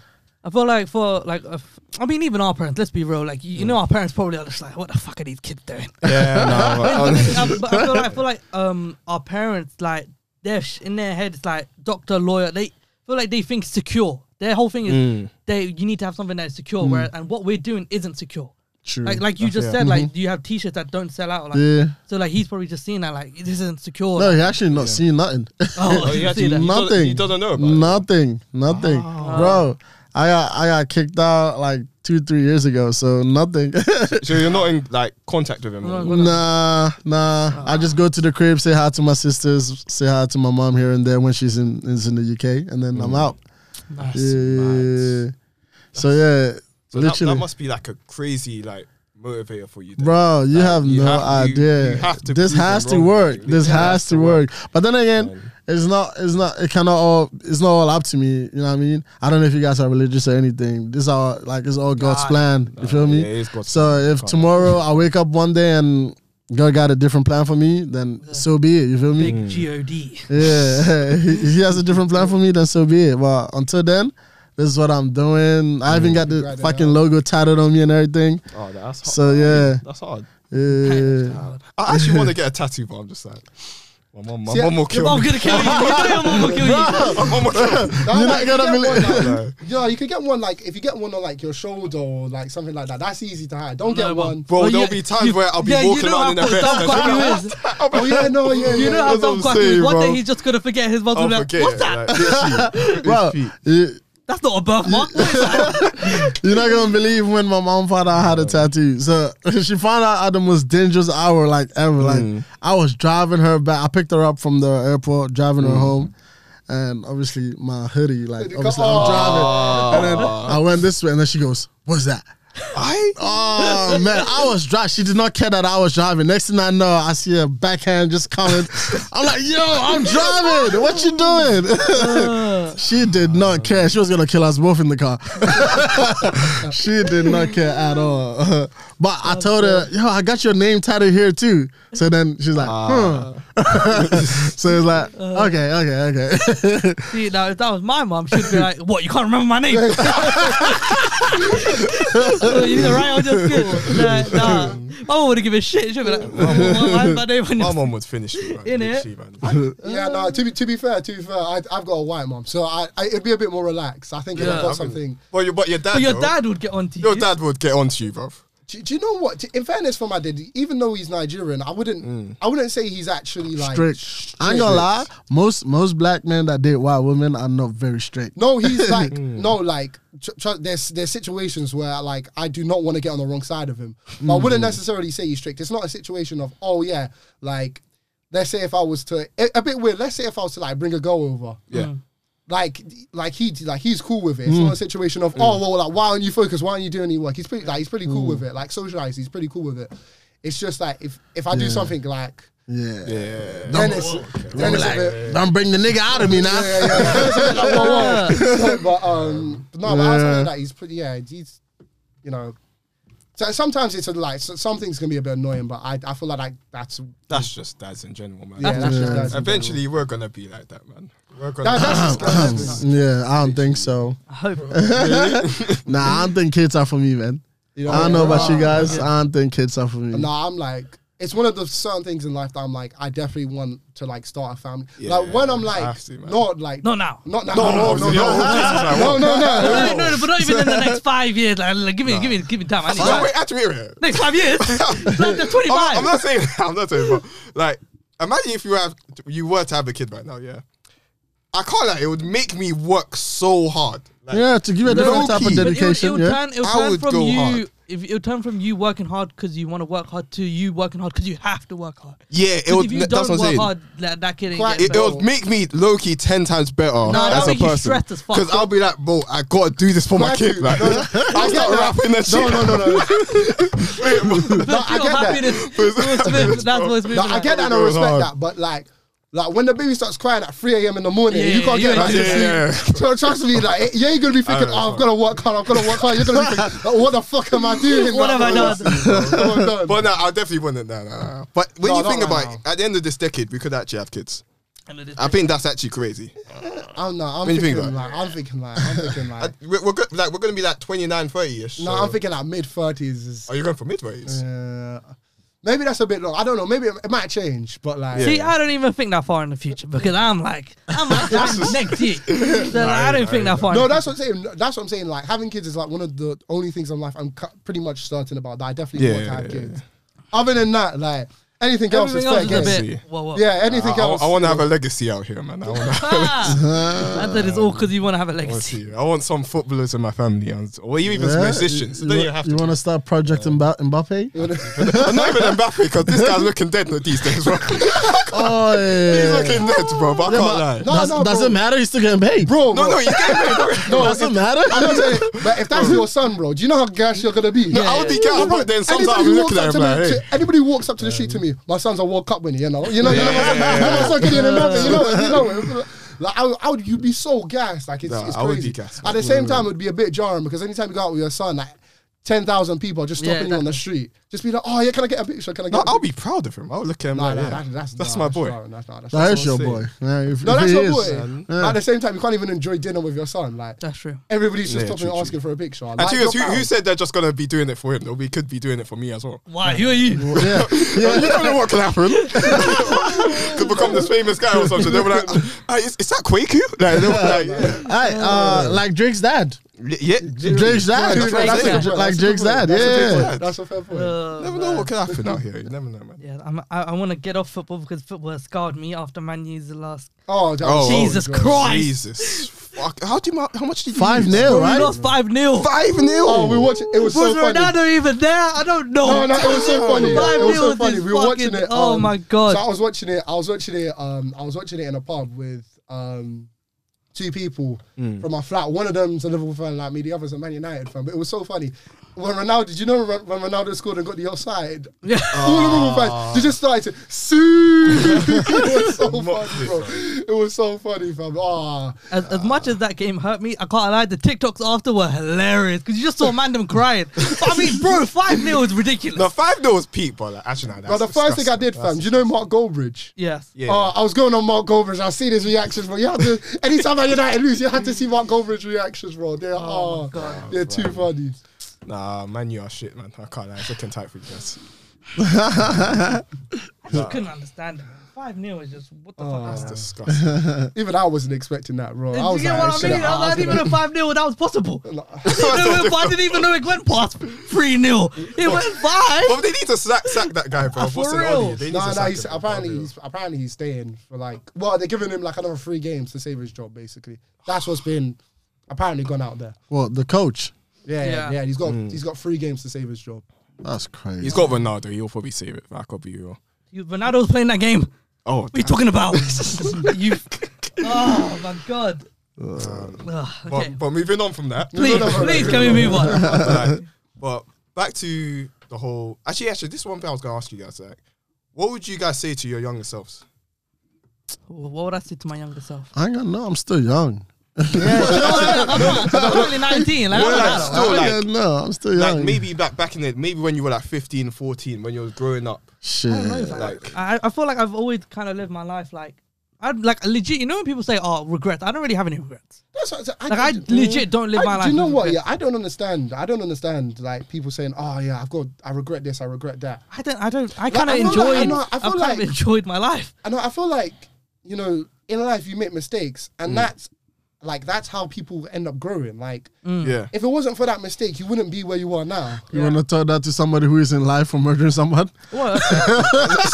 I feel like for like, a f- I mean, even our parents. Let's be real. Like, you, you know, our parents probably are just like, "What the fuck are these kids doing?" Yeah, no, Oh, I, I- but but- I feel like, I feel like um, our parents like they're sh- in their heads like doctor, lawyer. They feel like they think secure. Their whole thing is Hmm. they you need to have something that is secure. Where and what we're doing isn't secure. Hmm. true. Mm-hmm. Like like you just said, like you have t-shirts that don't sell out. Like, yeah. So like he's probably just seeing that like this isn't secure. No, he actually not seeing nothing. oh, he you see actually- that? he doesn't- nothing. he doesn't know about it. nothing. Nothing, bro. I got I got kicked out like two three years ago, so nothing. so you're not in like contact with him. No, man? Well, no. nah, nah. Oh, I just go to the crib, say hi to my sisters, say hi to my mom here and there when she's in is in the UK, and then Mm. I'm out. yeah, yeah, yeah. So yeah, So that, literally, that must be like a crazy like motivator for you. then. bro. You Like, have you no have- you- idea. you have to this prove has them to wrong. work. You This literally have has to to work. But then again, it's not. It's not. It cannot all. It's not all up to me. You know what I mean? I don't know if you guys are religious or anything. This all like it's all God's God. plan. You feel me? yeah, it is God's so if tomorrow I wake up one day and God got a different plan for me, then so be it. You feel me? Big god. Yeah, he he has a different plan for me, then so be it. But until then, this is what I'm doing. I even got the Grinding fucking out. logo tatted on me and everything. Oh, that's hard. So yeah, that's hard. yeah. I actually want to get a tattoo, but I'm just like, my mom, my See, mom will Your kill mom me. gonna kill you. You know your mom will kill you. My mom will kill me. Nah, You're nah, not gonna you get one, believe- like- No. Yeah, you could get one like if you get one on like your shoulder or like something like that. That's easy to hide. Don't No, get but- one. Bro, Well, there'll yeah, be times you- where I'll be yeah, you walking know how around in a full bed. dumb fuck you What is. the fuck? Oh yeah, no, yeah. You yeah. know how That's what some I'm quack is. saying, One day bro. he's just gonna forget his mom's I'll gonna be like, "What's forget. that? like, literally. Bro, you- That's not a birthmark." You're not gonna believe when my mom found out I had a tattoo. So she found out at the most dangerous hour like ever. Like I was driving her back. I picked her up from the airport, driving her home, and obviously my hoodie. Like Did it obviously come- I'm driving, and then Ah. I went this way, and then she goes, "What's that?" I Oh man, I was driving. She did not care that I was driving. Next thing I know, I see a backhand just coming. I'm like, "Yo, I'm driving. What you doing?" She did not care. She was gonna kill us both in the car. she did not care at all. But I told her, yo, I got your name tatted here too. So then she's like, hmm. so it's like, okay, okay, okay. See, now if that was my mom, she'd be like, "What? You can't remember my name? so you need to write on your school." Nah, nah. My mom wouldn't give a shit. She'd be like, "Why why is my name on My your?" mom would finish me, man. In it. Literally, man. Yeah, no. To be to be fair, to be fair, I, I've got a white mom, so I, I it'd be a bit more relaxed. I think if Yeah. I got something. But your, but your dad. But your though, dad would get on to you. Your dad would get onto you, bro. Do, do you know what? In fairness, for my daddy, even though he's Nigerian, I wouldn't I wouldn't say he's actually like Strict. I ain't gonna lie. Most most black men that date white women are not very strict. No, he's like no, like tr- tr- there's there's situations where like I do not want to get on the wrong side of him. But I wouldn't necessarily say he's strict. It's not a situation of oh yeah, like let's say if I was to a, a bit weird. Let's say if I was to like bring a girl over. Yeah. Like, like he, like he's cool with it. It's Mm. not a situation of, oh well, like why aren't you focused? Why aren't you doing any work? He's Mm. pretty, like he's pretty cool with it. Like socialized, he's pretty cool with it. It's just like if if I do something like Yeah. Yeah. Don't, Dennis, don't be Dennis, like, a bit- don't bring the nigga out of me now. yeah, yeah, yeah. Yeah. No, but um, but no, but outside Yeah. of that, he's pretty. Yeah, he's, you know. So sometimes it's a, like so some things can be a bit annoying, but I, I feel like, like that's That's just dads in general, man. yeah, that's just Yeah. that's Eventually, we're gonna be like that, man. We're That, gonna. that's just, that's just- Yeah, I don't think so. I hope. Nah, I don't think kids are for me, man. you know I what don't know mean? about you guys. I don't think kids are for me. No, Mm-hmm. I'm like, it's one of the certain things in life that I'm like, I definitely want to like start a family. Yeah, like when I'm I like, have to, man. not like, Not now. not now, no, no, no, no, no, no, no. No, no, no, but not even in the next five years. Like, like, give me, give me, give me time. I need No, time. wait, actually, wait, wait. Next five years. like, they're I'm not, I'm twenty-five. not saying. I'm not saying. But like, imagine if you have you were to have a kid right now. Yeah, I can't. Like, it would make me work so hard. Like, Yeah, to give you a different type of Low-key. But it would, it dedication. would Yeah. turn, it would I turn would from go you. hard. If it would turn from you working hard because you want to work hard to you working hard because you have to work hard. yeah, it 'Cause would. if you That's don't what I'm work saying. hard, that, that kid ain't Quite- getting It, it better. would make me low key ten times better that'll as a make you person stressed as fuck. I'll be like, bro, I gotta do this for my kid. Like, I get start that. rapping and shit. No, no, no, no. Pursuit I of get that. happiness. Will Smith, that's Will Smith. No, I get that and I It was respect hard. that, but like, like when the baby starts crying at 3 a.m. in the morning, Yeah, you can't you get ain't back to doing that. sleep. So trust me, like, yeah, you're gonna be thinking, know, oh, I've fuck. gotta work hard, I've gotta work hard. You're gonna be thinking, like, what the fuck am I doing? What have I done? done? But no, I definitely wouldn't. No, no, no. But when No, you not think right about it, now. at the end of this decade, we could actually have kids. And it is- I think that's actually crazy. I'm not. I'm What do you thinking think about like, I'm thinking like, I'm thinking like, I- we're, we're go- like we're gonna be like 29, 30 ish. no, I'm thinking like mid 30s is. Are you going for mid thirties? Uh, maybe that's a bit long. I don't know. Maybe it, it might change, but like, See, I don't even think that far in the future because I'm like, I'm like, I'm next year. So like, I don't think that far. No, in the that's what I'm saying. That's what I'm saying. Like having kids is like one of the only things in life I'm cu- pretty much certain about. That I definitely Yeah, want to yeah, have yeah, kids. Other than that, like anything future. else is Everything fair else is a game. bit. See. Whoa, whoa. Yeah, anything I, else. want to have a legacy out here, man. I want, Ah, I said it's all because you want to have a Oh, I, want legacy. to, I want some footballers in my family, and- or even Yeah, some musicians. You, Then you, you have you to. want to start Project Mba- Mbappe? I'm not even Mbappe because this guy's looking dead these days, bro. He's Oh, yeah. looking dead, bro. But I can't lie. No, Does, no, does bro. it matter? He's still getting paid. No, bro, bro. no, you can't. No, does it matter? I'm not saying, but if that's your son, bro, do you know how gash you're gonna be? no, I would be gassed, but then sometimes Anybody I'm who, looking walks up at to him like, me, hey. to, anybody who walks up to the street to me, my son's a World Cup winner, you know, you know, you know, my son- you know, my son getting another, you know, you know. Like, I, would- I would, you'd be so gassed, like it's, Nah, it's I would crazy. be gassed, At the man. same time, it would be a bit jarring because anytime you go out with your son, like ten thousand people are just Yeah, stopping you on the street, just be like, oh yeah, can I get a picture? Can I get? No, a I'll picture?" be proud of him. I'll look at him Nah, like, nah, yeah, that- that's that's nah, my that's boy. jarring, that's- nah, that's- That is what your I'm boy. saying. Yeah, if, No, if that's he your is. boy. Yeah. At the same time, you can't even enjoy dinner with your son. Like That's true. everybody's just Yeah, stopping true, and asking for a picture. And Like, to be honest, you're who, who proud. said they're just gonna be doing it for him? Though we could be doing it for me as well. Why? Who are you? Yeah. you don't know what can happen. Could become this famous guy or something. They were like, "Ah, is, is that Quaku? Like, they were like, yeah, Hey, uh, like Drake's dad. yeah. Drake's dad. That's Like a fair Drake's point. like That's a Drake's fair dad. point. That's a fair Yeah. point. That's a fair point. Uh, You never know what can happen out here. You never know, man. yeah, I'm, I, I want to get off football because football scarred me after Man U's the last. Oh, that was- Jesus God. Christ. Jesus, fuck. How do you? mar- How much did you? Five lose? nil, We right? lost 5 0. Five nil. Oh, we watched it. It was, Was so funny. Ronaldo even there? I don't know. No, no, it was so funny. It Five was nil so is funny. this We were watching fucking- it. oh um, my God. So I was watching it. I was watching it. Um, I was watching it in a pub with um two people from my flat. One of them's a Liverpool fan like me. The other's a Man United fan. But it was so funny when Ronaldo. Did you know when when Ronaldo scored and got the offside? Yeah. All the Liverpool Ah. fans. They just started to sue. it was so funny, bro. It was so funny, fam. Ah. As, as much as that game hurt me, I can't lie, the TikToks after were hilarious because you just saw Mandem crying. I mean, bro, 5 0 is ridiculous. No, five nil was peak, but like, actually, nah, that's Now the first thing I disgusting. did, That's- fam. Do you know Mark Goldbridge? Yes. Yeah. Uh, I was going on Mark Goldbridge. I see his reactions, bro. You had to anytime Man United lose, you had to see Mark Goldbridge's reactions, bro. They're oh, God. they're too funny. Nah, man, you are shit, man. I can't. lie. It's looking tight for you guys. I just couldn't understand it. 5 0 is just, what the fuck? Oh. That's disgusting. Even I wasn't expecting that, bro. I Do you was get like, what I shit, mean? I was like, was even gonna- a 5 0 that was possible. I didn't, know if, I didn't even know it went past 3 0. It went 5. but they need to sack, sack that guy, bro. For What's an real. Oli? They need No, to no, sack he's him, bro. apparently he's apparently he's staying for like well, they're giving him like another three games to save his job, basically. That's what's been apparently gone out there. Well, the coach. Yeah, Yeah. yeah, yeah. He's got he's got three games to save his job. That's crazy. He's got Ronaldo. He'll probably save it. but I could be real. You, Ronaldo was playing that game. What Oh, are you talking about? you. Oh, my God. Ugh, But, okay. but moving on from that, please, please, can we move on? like, but back to the whole. Actually, actually, this is one thing I was gonna ask you guys. Like, What would you guys say to your younger selves? What would I say to my younger self? I ain't gonna know. I'm still young. I'm only 19. Like, I'm We're an like adult. I still like, ain't gonna know. I'm still young. like maybe back back in the maybe when you were like 15, 14, when you were growing up. Shit. Like I, I feel like I've always kind of lived my life like, I'm like legit. You know when people say, "Oh, regrets," I don't really have any regrets. That's what, I, Like I legit don't live I- my life. Do you know with what? regrets. Yeah, I don't understand. I don't understand like people saying, "Oh yeah, I've got, I regret this, I regret that." I don't. I don't. I kind of I feel like- enjoyed. I know- I I feel have kind like- of enjoyed my life. And I feel like you know, in life you make mistakes, and that's like that's how people end up growing. Like, yeah. if it wasn't for that mistake, you wouldn't be where you are now. You wanna tell that to somebody who is in life for murdering someone? What? okay.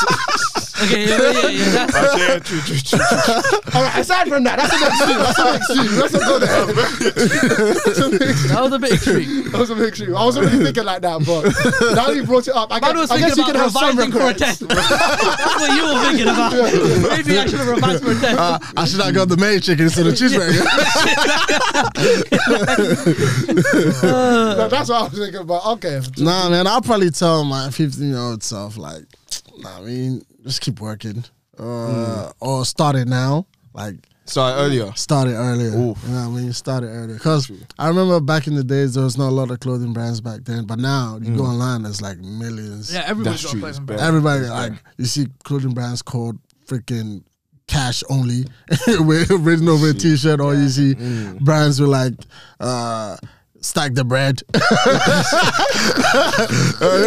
Yeah, yeah, yeah. That's, yeah, true, true, true, true. All right, aside from that, that's a big That's a big That's a good. that was a bit extreme. That was a big shoot. I was already thinking like that, but now you brought it up. I, Man was guess, I guess thinking you can about have some revising for a regrets. test. That's what you were thinking about. Maybe I should have revised for a test. Uh, I should have got the main chicken instead of cheeseburger. No, that's what I was thinking about. Okay, Nah, man, I'll probably tell my 15 year old self, like, nah, I mean, just keep working. Uh, Mm. Or start it now. Like, Sorry, earlier. start it earlier. Oof. You know what I mean? Start it earlier. Because I remember back in the days, there was not a lot of clothing brands back then. But now, you Mm. go online, there's like millions. Yeah, everybody's got true, a it's plan. bad. Everybody, like, you see clothing brands called freaking cash only with- written over a t shirt, or you see Mm. brands with like, uh, stack the bread. you know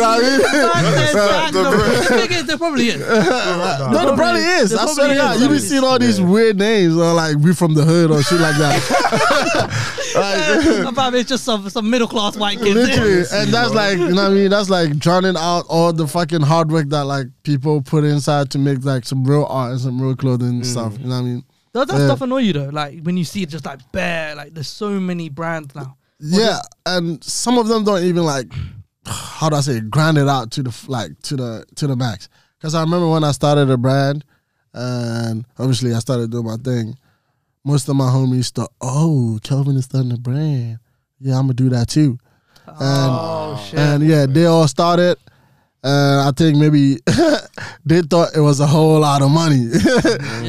what I mean? The thing is, there probably is. No, the Probably probably is. is. There I probably swear to is, God, you probably be is. seeing all these weird names, or like we from the hood or shit like that. like, About Uh, it's just some some middle class white kids. literally, and that's like you know what I mean. That's like drowning out all the fucking hard work that like people put inside to make like some real art and some real clothing Mm. stuff. You know what I mean? Does that Yeah. stuff annoy you though? Like when you see it just like bare, like there's so many brands now. Yeah, and some of them don't even like how do I say it, grind it out to the f- like to the to the max. Because I remember when I started a brand, and obviously I started doing my thing. Most of my homies thought, "Oh, Kelvin is starting a brand. Yeah, I'm gonna do that too." And, Um, Oh shit. uh, and yeah, they all started. And I think maybe they thought it was a whole lot of money.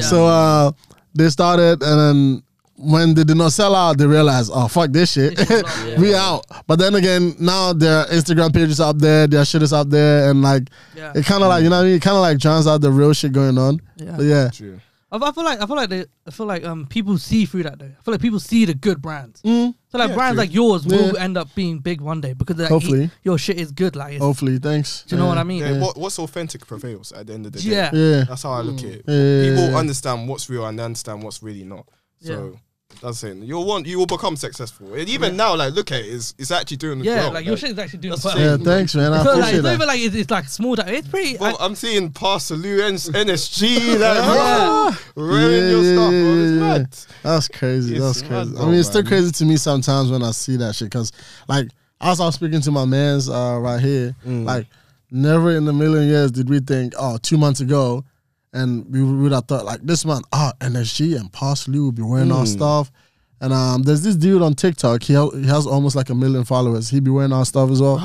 So uh, they started, and then when they did not sell out, they realized, oh, fuck this shit. This is not- yeah. we out. But then again, now their Instagram page is up there, their shit is up there, and like, Yeah. it kind of like, you know what I mean? It kind of like drowns out the real shit going on. Yeah. But yeah. True. I, I feel like I feel like they, I feel like um people see through that though. I feel like people see the good brands. Mm. So like brands like yours will end up being big one day because like, Hopefully. your shit is good. Like it's, Hopefully, thanks. do you know what I mean? Yeah, Yeah. What, what's authentic prevails at the end of the day. Yeah. That's how I Hmm. look at it. Yeah. People understand what's real and they understand what's really not. So that's it. You'll want you will become successful. And even now, like look at it, it's, it's actually doing Yeah, well. like your shit is actually doing that's well. Yeah, thanks, man. I So like appreciate it's not that. even like it's, it's like small. That it's pretty. Bro, I- I'm seeing Parsaloo and NSG, like Yeah. ruining your stuff, bro. yeah, It's yeah. mad. That's crazy. It's That's mad, crazy. I though, mean, it's still man. crazy to me sometimes when I see that shit. Cause like as I was speaking to my man's uh, right here, Mm. like never in a million years did we think, oh, two months ago, and we would have thought like this month, oh, NSG and Parsley will be wearing Mm. our stuff. And um, there's this dude on TikTok. He, ha- he has almost like a million followers. He be wearing our stuff as well.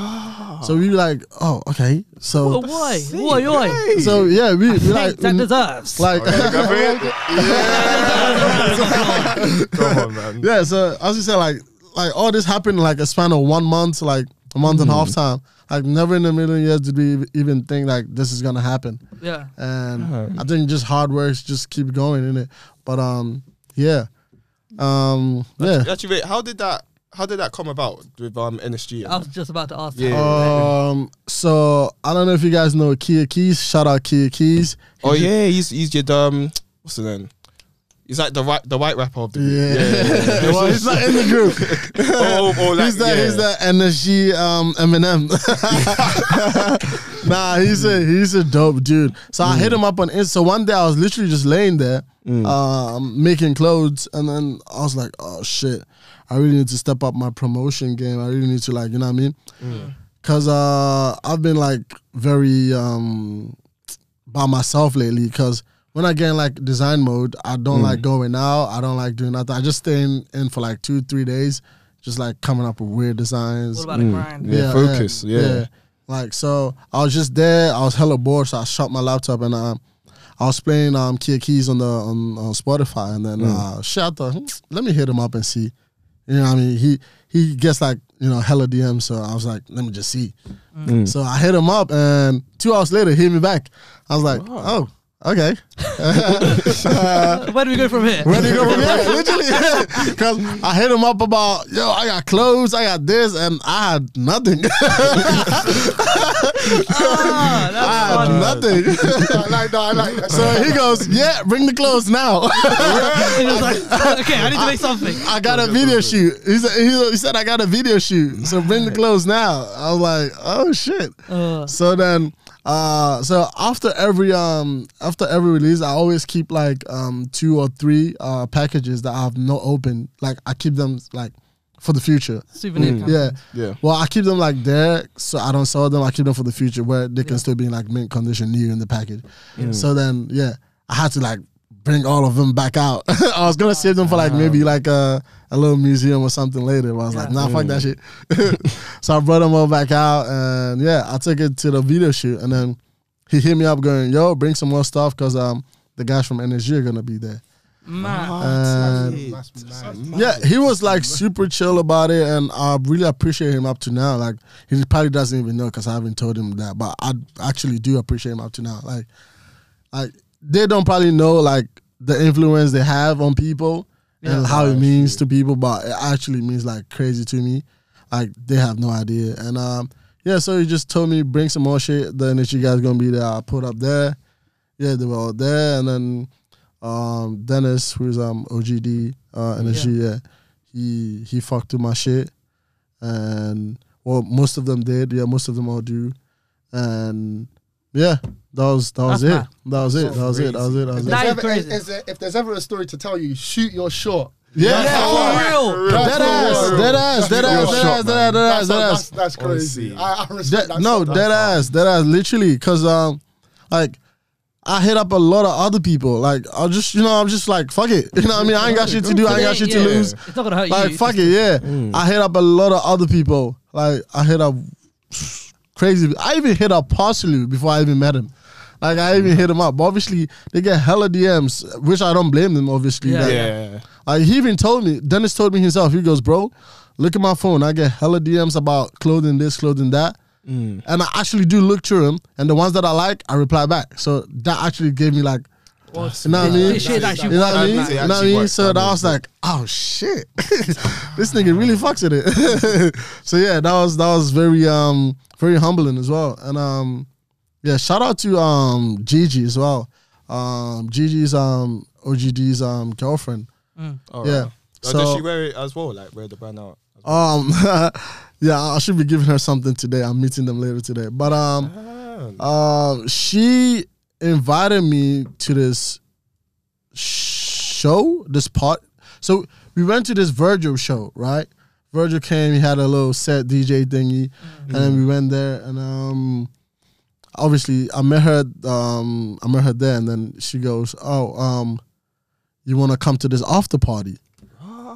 so we be like, oh, okay. So But why? Why? Why? so yeah, we, we like That deserves. like. Come on, man. Yeah, so as you said, like like all this happened in like a span of one month, like a month and a half time. Like never in a million years did we ev- even think like this is gonna happen. yeah. And I think just hard work, just keep going in it. But um, yeah, um, yeah. Actually, wait, how did that how did that come about with um NSG? I was just about to ask. Yeah. That. Um, so I don't know if you guys know Kia Keys. Shout out Kia Keys. oh yeah, he's he's your um what's the name? He's like the right the white rapper of the group. Yeah. yeah, yeah. well, he's not in the group. Oh, oh, oh, like, he's the yeah. he's the energy um Eminem. nah, he's a he's a dope dude. So I hit him up on Insta. So one day I was literally just laying there, um, making clothes, and then I was like, oh shit, I really need to step up my promotion game. I really need to like, you know what I mean? Cause uh, I've been like very um by myself lately because when I get in like design mode, I don't like going out. I don't like doing nothing. I just stay in, in for like two, three days, just like coming up with weird designs. Mm. All about the grind. Yeah, focus, yeah. yeah. Like so, I was just there. I was hella bored, so I shut my laptop and um, I was playing um Kia Keys on the on, on Spotify, and Mm. then uh, shit, I thought, "Hmm, let me hit him up and see. You know, what I mean, he he gets like you know hella DM, so I was like, let me just see. So I hit him up, and two hours later, he hit me back. I was like, oh, okay. Where do we go from here? Where do you go from here? Literally, because I hit him up about yo, I got clothes, I got this, and I had nothing. Ah, that's I had funny. nothing. I like that. I like that. so he goes, yeah, bring the clothes now. It was like, okay, I need to make something. I got a video shoot. He said, he, he said I got a video shoot, so bring the clothes now. I was like, oh shit. Uh, So then, uh, so after every um after every release, I always keep like um two or three uh packages that I have not opened. Like I keep them like for the future. souvenir. card. Yeah. Yeah. Well, I keep them like there, so I don't sell them. I keep them for the future where they can still be in like mint condition, new in the package. So then, yeah, I had to like bring all of them back out. I was gonna save them for like maybe like a a little museum or something later, but I was like, nah, fuck that shit. so I brought them all back out, and yeah, I took it to the video shoot, and then he hit me up going, "Yo, bring some more stuff, cause um the guys from NSG are gonna be there." Uh, Man. And That's mad. yeah, he was like super chill about it, and I really appreciate him up to now. Like he probably doesn't even know because I haven't told him that, but I actually do appreciate him up to now. Like, like they don't probably know like the influence they have on people and how Oh, it means to people, but it actually means like crazy to me. Like they have no idea, and um yeah, so he just told me bring some more shit. Then if you guys gonna be there, I put up there. Yeah, they were all there, and then um Dennis, who's um OGD uh energy, yeah. He he fucked with my shit and well most of them did, yeah, most of them all do. And yeah, that was that was That's it. mad. That was it. That was it. That was it. That was it. That is If there's crazy. ever- is there- If there's ever a story to tell you, shoot your shot. Yeah. Yeah, for real. That's Dead the ass, word. dead ass, dead That's ass, dead the word. ass, dead ass, dead ass, That's, dead ass. that's, that's crazy. Honestly. I, I That- respect that. no, stuff. dead ass, dead ass, literally. Cause um, like I hit up a lot of other people. Like I just, you know, I'm just like fuck it. You know what I mean? I ain't got shit to do. I ain't got shit to Yeah. lose. It's not gonna hurt Like you. fuck it, yeah. I hit up a lot of other people. Like I hit up crazy. I even hit up Parsley before I even met him. Like I even hit him up. But obviously they get hella DMs, which I don't blame them. Obviously, Yeah. Like, Yeah. like he even told me, Dennis told me himself. He goes, bro, look at my phone. I get hella DMs about clothing this, clothing that, and I actually do look through them. And the ones that I like, I reply back. So that actually gave me like, you know what I mean? Shit, You know that what shit I mean? works, man. You know what I mean? So that was like, oh shit, this nigga really fucks with it. so yeah, that was that was very um very humbling as well. And um yeah, shout out to um Gigi as well. Um Gigi's um OGD's um girlfriend. Yeah. So, So- Oh, does she wear it as well? Like wear the brand out? Um, yeah, I should be giving her something today. I'm meeting them later today. But um, um, she invited me to this show, this part. So we went to this Virgil show, right? Virgil came. He had a little set DJ thingy, and then we went there. And um, obviously, I met her. Um, I met her there, and then she goes, "Oh, um, you want to come to this after party?"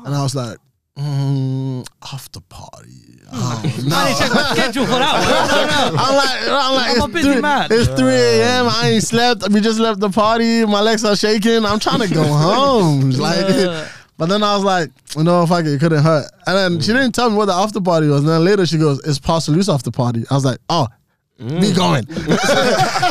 And I was like, mm, after party. Oh, no. I need to check my schedule for that one. I'm like, I'm like, I'm a it's busy three, man. It's 3 a.m. I ain't slept. We just left the party. My legs are shaking. I'm trying to go home. Like, Yeah. but then I was like, you know, fuck it, it couldn't hurt. And then she didn't tell me what the after party was. And then later she goes, it's Pastor Luce after party. I was like, oh, me going.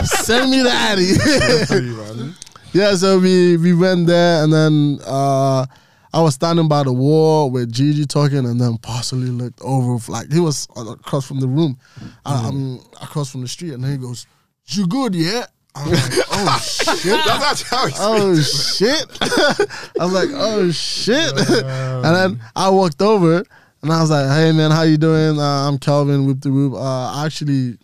Send me the addy. Yeah, so we we went there, and then uh, I was standing by the wall with Gigi talking, and then Parsley looked over, like he was a- across from the room, I, I'm across from the street, and then he goes, "You good, yeah?" I'm like, "Oh shit." That's how it's. Oh shit! I was like, oh shit! and then I walked over and I was like, hey man, how you doing? Uh, I'm Calvin. Whoop the whoop. Uh, I actually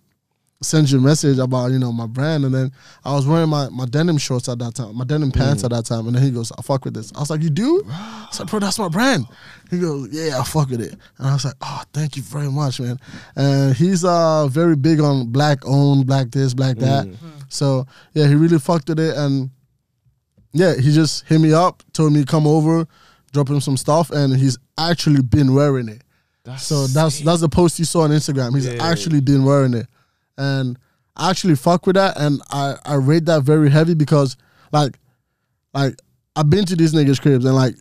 sent you a message about you know my brand, and then I was wearing my, my denim shorts at that time, my denim pants at that time, and then he goes, I fuck with this. I was like, you do? I said, bro, that's my brand. He goes, yeah, I fuck with it, and I was like, oh, thank you very much, man. And he's uh very big on black owned, black this, black that. So yeah, he really fucked with it, and yeah, he just hit me up, told me come over, drop him some stuff, and he's actually been wearing it. so that's that's the post you saw on Instagram. He's actually been wearing it. and I actually fuck with that, and I I rate that very heavy because like like I've been to these niggas cribs and like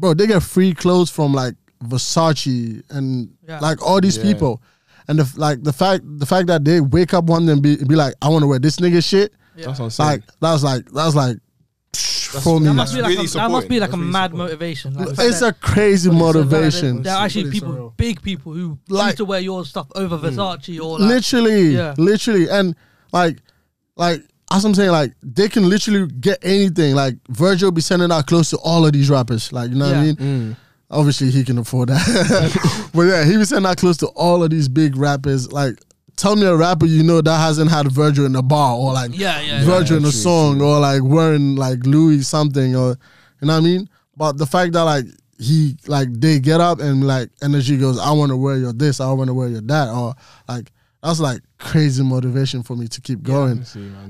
bro they get free clothes from like Versace and Yeah. like all these people, and the f- like the fact the fact that they wake up one day and be be like I want to wear this nigga shit That's what I'm saying. like that was like that was like for me. That must, be like really a, that must be supporting. like That's a really mad supporting. motivation. Like we It's said. a crazy motivation. There are actually It's people, surreal. big people, who Like- hmm. used to wear your stuff over Versace or like, Literally, Yeah. literally, and like, like as I'm saying, like they can literally get anything. Like Virgil be sending out clothes to all of these rappers. Like you know Yeah. what I mean? Obviously, he can afford that. but yeah, he be sending out clothes to all of these big rappers. Like, tell me a rapper you know that hasn't had Virgil in a bar or like yeah, yeah, yeah. Virgil in a song or like wearing like Louis something or you know what I mean? But the fact that like he like they get up and like energy goes, I wanna wear your this, I wanna wear your that or like that's like crazy motivation for me to keep going.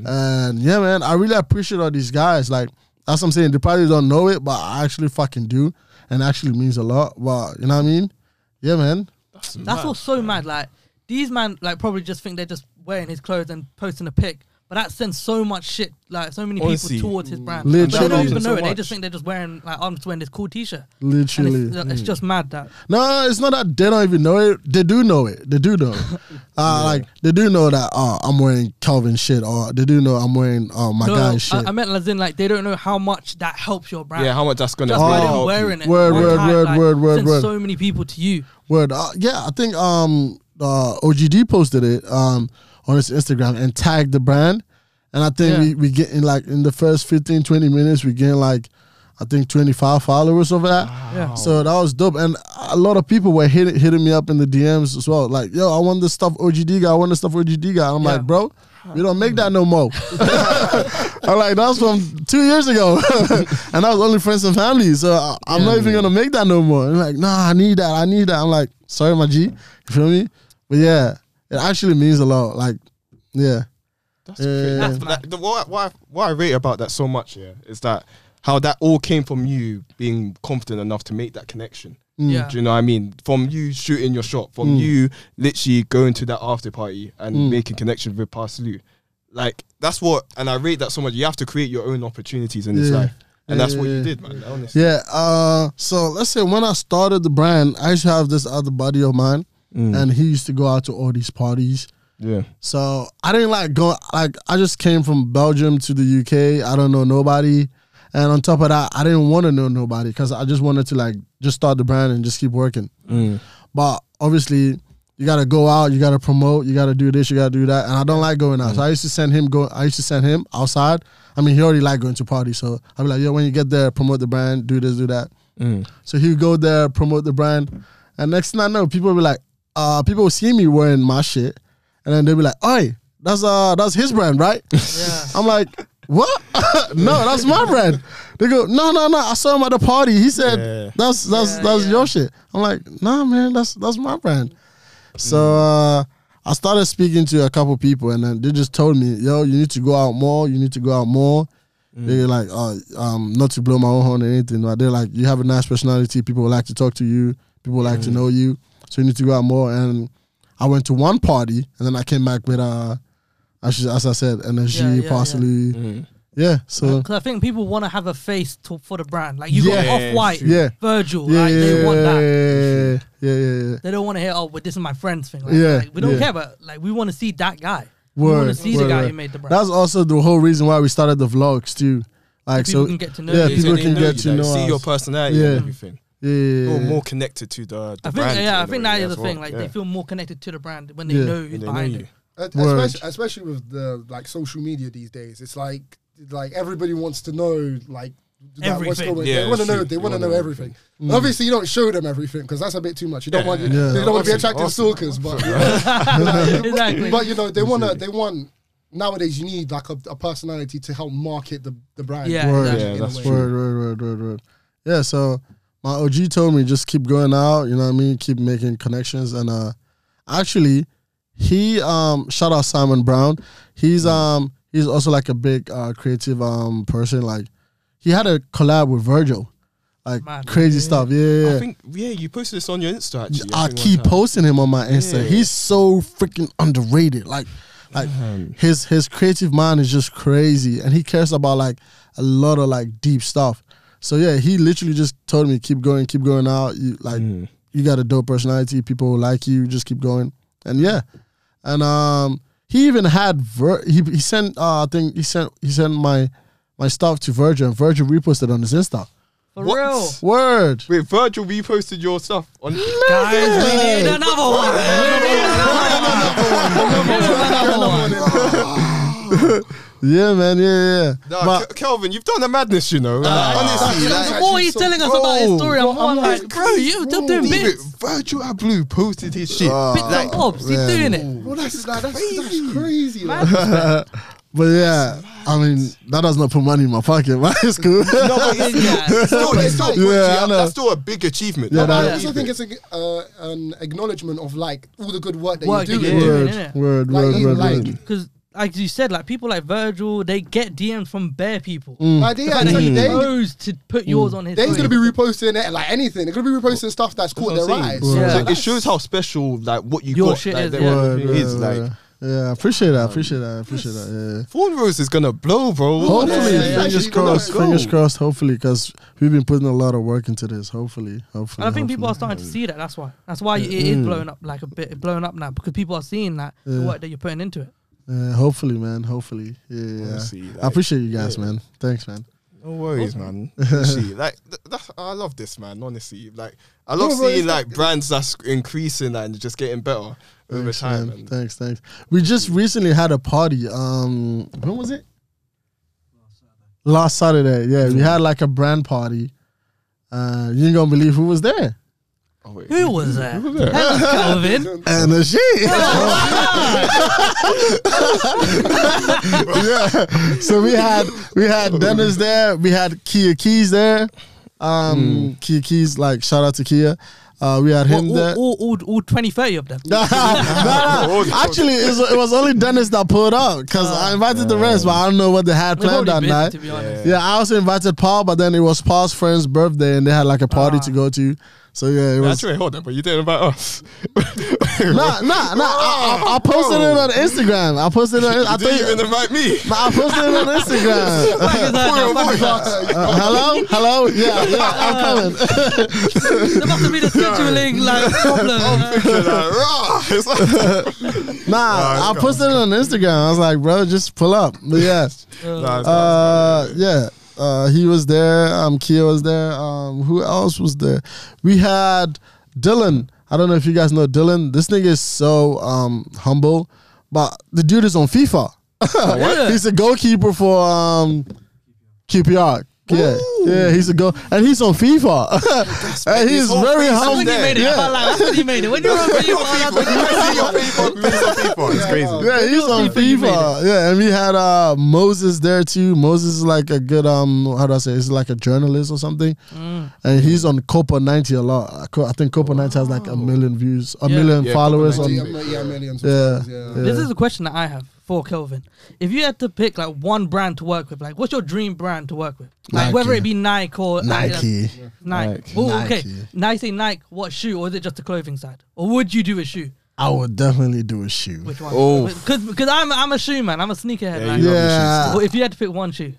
and yeah, man, I really appreciate all these guys. Like that's what I'm saying. They probably don't know it, but I actually fucking do. And actually means a lot. But you know what I mean? Yeah, man. That's what's so mad. Like these man, like probably just think they're just wearing his clothes and posting a pic. But that sends so much shit, like so many Honestly. people towards his brand. Literally. But they don't even So know it. They much. just think they're just wearing, like, I'm just wearing this cool T-shirt. And Literally. Mm. it's, it's just mad that. No, it's not that they don't even know it. They do know it. They do know. It. Uh, Like they do know that oh, I'm wearing Calvin shit, or they do know I'm wearing uh, my No, guy I- shit. I, meant as in like they don't know how much that helps your brand. yeah, how much that's gonna just by them help you. wearing it. Oh, Word, one word, time, word, like, word, word, sends word. So many people to you. Word. Uh, yeah, I think um uh, OGD posted it um on his Instagram and tagged the brand, and I think Yeah. we we get in like in the first 15, 20 minutes we gain like I think 25 followers of that. Yeah. So that was dope, and a lot of people were hitting hitting me up in the DMs as well. Like, yo, I want this stuff OGD guy. I want this stuff OGD guy. I'm Yeah. like, bro, we don't make that no more. I'm like, that's from two years ago, and that was only friends and family. So I, I'm not even gonna make that no more. And like, nah, I need that. I need that. I'm like, sorry, my G. You feel me? But yeah, it actually means a lot. Like, yeah, That's Yeah. crazy. That's That- the, what, what, I, what I rate about that so much, yeah, is that how that all came from you being confident enough to make that connection. Mm, Yeah. Do you know what I mean? From you shooting your shot, from you literally going to that after party and making connections with Parsley. Like that's what, and I rate that so much. You have to create your own opportunities in this Yeah. life, and that's what Yeah. you did, man. Honestly. yeah. Uh, so let's say when I started the brand, I used to have this other buddy of mine, and he used to go out to all these parties. Yeah. So I didn't like go like I just came from Belgium to the UK. I don't know nobody. And on top of that, I didn't want to know nobody because I just wanted to like just start the brand and just keep working. But obviously, you gotta go out, you gotta promote, you gotta do this, you gotta do that. And I don't like going out. So I used to send him go I used to send him outside. I mean he already liked going to parties. So I'd be like, yo, when you get there, promote the brand, do this, do that. So he would go there, promote the brand, and next thing I know, people will be like, uh, people will see me wearing my shit, and then they'll be like, "Oi, that's uh, that's his brand, right?" Yeah. I'm like, "What? no, that's my brand." They go, "No, no, no, I saw him at the party. He said Yeah. that's that's Yeah, that's yeah. your shit." I'm like, "Nah, man, that's that's my brand." So uh, I started speaking to a couple people, and then they just told me, "Yo, you need to go out more. You need to go out more." They're like, "Oh, um, not to blow my own horn or anything, but they're like, you have a nice personality. People like to talk to you. People like to know you. So you need to go out more." And I went to one party, and then I came back with uh, as, she- as I said, energy, Yeah, yeah, yeah. parsley, yeah. so Because I think people want to have a face to, for the brand. Like you Yeah. got off white, Yeah. Virgil. yeah, like they want that. yeah, yeah, yeah, yeah. They don't want to hear, oh, but this is my friend's thing. Like, Yeah, like, we don't yeah. care, but like we want to see that guy. we Word, want to see the word, guy word. who made the brand. That's also the whole reason why we started the vlogs too. Like people so, can get to know yeah, you. people they can know get you, to like, know see us. your personality Yeah. and everything. yeah, yeah, You're yeah. more connected to the, the I think, brand. yeah, I in a think way that is as the thing. well. Like Yeah. they feel more connected to the brand when they Yeah. know who's When they know behind you. it. Word. especially, especially with the like social media these days. It's like like everybody wants to know like. like, what's Everything. going Yeah, they want to it's know true. they want to know everything Mm. obviously you don't show them everything because that's a bit too much you don't want you, yeah. they don't want to be Awesome, attracting awesome. stalkers but you know, like, Exactly. but you know they want to they want nowadays you need like a, a personality to help market the, the brand Yeah, Word. exactly. Yeah, in a that's way. true. Word, word, word, word, word. Yeah, so my OG told me just keep going out, you know what I mean? Keep making connections and uh actually he um shout out Simon Brown. He's um he's also like a big uh creative um person. Like he had a collab with Virgil. Like Mad. crazy stuff. Yeah, yeah, yeah. I think yeah, you posted this on your Insta actually. I think one keep time. posting him on my Insta. Yeah. He's so freaking underrated. Like Like his his creative mind is just crazy, and he cares about like a lot of like deep stuff. So yeah, he literally just told me keep going, keep going out. You like Mm. you got a dope personality, people like you, just keep going. And yeah, and um, he even had Vir- he he sent uh, I think he sent he sent my my stuff to Virgil, and Virgil reposted on his Insta. For What? real. Word. Wait, Virgil reposted your stuff on. Guys, we need another one. We need another one. Give him another one. Yeah, man. Yeah, yeah. yeah. Nah, but Ke- Kelvin, you've done a madness, you know. Honestly, The like, more he's telling us about his story, I'm more like, bro, you, you're doing leave it. bits. Virgil Abloh posted his shit. Ah. Bits and bobs. He's doing it. Well, that's, like, that's, that's crazy. Like. but yeah, I mean that does not put money in my pocket, but it's cool. no, but it's Yeah. still, it's still Yeah, yeah, I know. That's still a big achievement. Yeah, Like, that- I also think it's a, uh, an acknowledgement of like all the good work that Work you that do. you do. doing. word, innit? word, Like, word, he word, like- word. Because, like you said, like people like Virgil, they get DMs from bare people. Mm. Like, they, And he actually- they, chose to put yours on his. they're story. gonna be reposting it like anything. They're gonna be reposting stuff that's caught That's their what I'm saying. eyes. Yeah. So Like, it shows how special like what you Your got. shit like, is, that yeah. Word, everything is word, like Um, word. yeah, appreciate that. Appreciate that. Appreciate that. Yeah. Thornrose is gonna blow, bro. Hopefully, yeah, yeah, fingers yeah. crossed. Go. Fingers crossed. Hopefully, because we've been putting a lot of work into this. Hopefully, hopefully. And I think people are hopefully. starting to see that. That's why. That's why it is blowing up like a bit, blowing up now because people are seeing that the Mm. Yeah. work that you're putting into it. Yeah, hopefully, man. Hopefully, yeah. yeah. Honestly, like- I appreciate you guys, man. Thanks, man. No worries, man. Honestly, like th- that's, I love this, man. Honestly, like I love No, bro, seeing it's like brands that's increasing like, and just getting better over Thanks, time. man. and- Thanks, thanks. We just recently had a party. Um, when was it? Last Saturday. Yeah, we had like a brand party. Uh, you ain't gonna believe who was there. Oh, wait. Who was that? Helen Calvin. And the shit. yeah. So we had we had Dennis there. We had Kia Keys there. Um, Kia Keys, like shout out to Kia. Uh, we had him All, there. all, all, all, all 20, 30 of them. Nah, nah, nah. Actually, it was, it was only Dennis that pulled up because I invited the rest, but I don't know what they had They're planned that probably busy, night. to be honest. Yeah, I also invited Paul, but then it was Paul's friend's birthday and they had like a party Ah. to go to. So yeah, it was. Actually, hold on, but you didn't invite us. Nah, nah, nah. I, I, I posted it on Instagram. I posted it on I you didn't think, even invite me. nah, I posted it on Instagram. Fuck is that? Fuck is that? Uh, hello? Hello? Yeah, yeah, I'm coming. There must have been a scheduling like problem. You're like, Uh, "Rah!" It's like- Nah, I posted it on Instagram. I was like, bro, just pull up. But yeah. Nah, it's not. Uh, yeah. Uh, he was there. Um, Kia was there. Um, who else was there? We had Dylan. I don't know if you guys know Dylan. This nigga is so um humble, but the dude is on FIFA. Yeah. He's a goalkeeper for um QPR. Yeah, yeah, he's a goal, and he's on FIFA, and he's whole very thing's That's humble. when you made it. Yeah. Like, that's when you made it. When you were on Your people, you see your people, please, your people. It's crazy. Yeah, he's Little on FIFA, you made FIFA. Yeah, and we had uh, Moses there too. Moses is like a good um, how do I say? He's like a journalist or something, Mm. and he's on Copa ninety a lot. I co- I think Copa ninety has like a million views, a Yeah. million Yeah, Copa followers on. 90. yeah, yeah, yeah, millions of Yeah, times, yeah. yeah. This is a question that I have for Kelvin. If you had to pick like one brand to work with, like what's your dream brand to work with? Like Nike. whether it be Nike or uh, Nike. Nike. Nike. Well, okay. Nike. Now you say Nike, what shoe, or is it just the clothing side? Or would you do a shoe? I would definitely do a shoe. Which one? Oh. Because I'm I'm a shoe man. I'm a sneakerhead. Yeah, like, you love Yeah, Well, if you had to pick one shoe,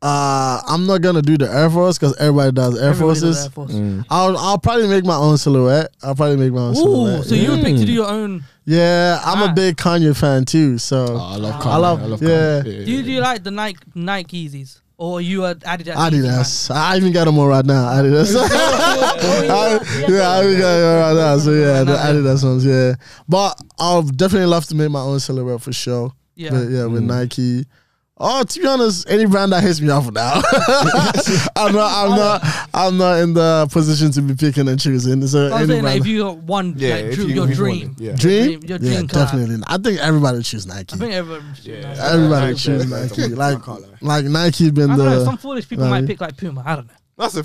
uh, I'm not gonna do the Air Force because everybody does Air everybody does Forces. Mm. Air Force. I'll I'll probably make my own silhouette. I'll probably make my own Ooh, silhouette. so you would pick to do your own. yeah, I'm Ah. a big Kanye fan too. So Oh, I love Kanye. I love, yeah. Do you, do you like the Nike Nike Yeezys or you are Adidas? Yeezys man? Adidas. I even got them on right now. Adidas. I, yeah, I even got them on right now. So yeah, the Adidas ones. Yeah, but I'll definitely love to make my own silhouette for sure. Yeah. But, yeah, with Nike. Oh, to be honest, any brand that hits me off now, I'm not, I'm not, I'm not in the position to be picking and choosing. So So I'm any saying like, if brand, you got one, Yeah, like, if drew- you- your if you dream. wanted, yeah. dream, yeah, your dream collab. definitely. not. I think everybody would choose Nike. I think everyone. should do Nike. everybody would choose Nike. Like, like Nike been I don't know. the Some foolish people Nike. might pick like Puma. I don't know. That's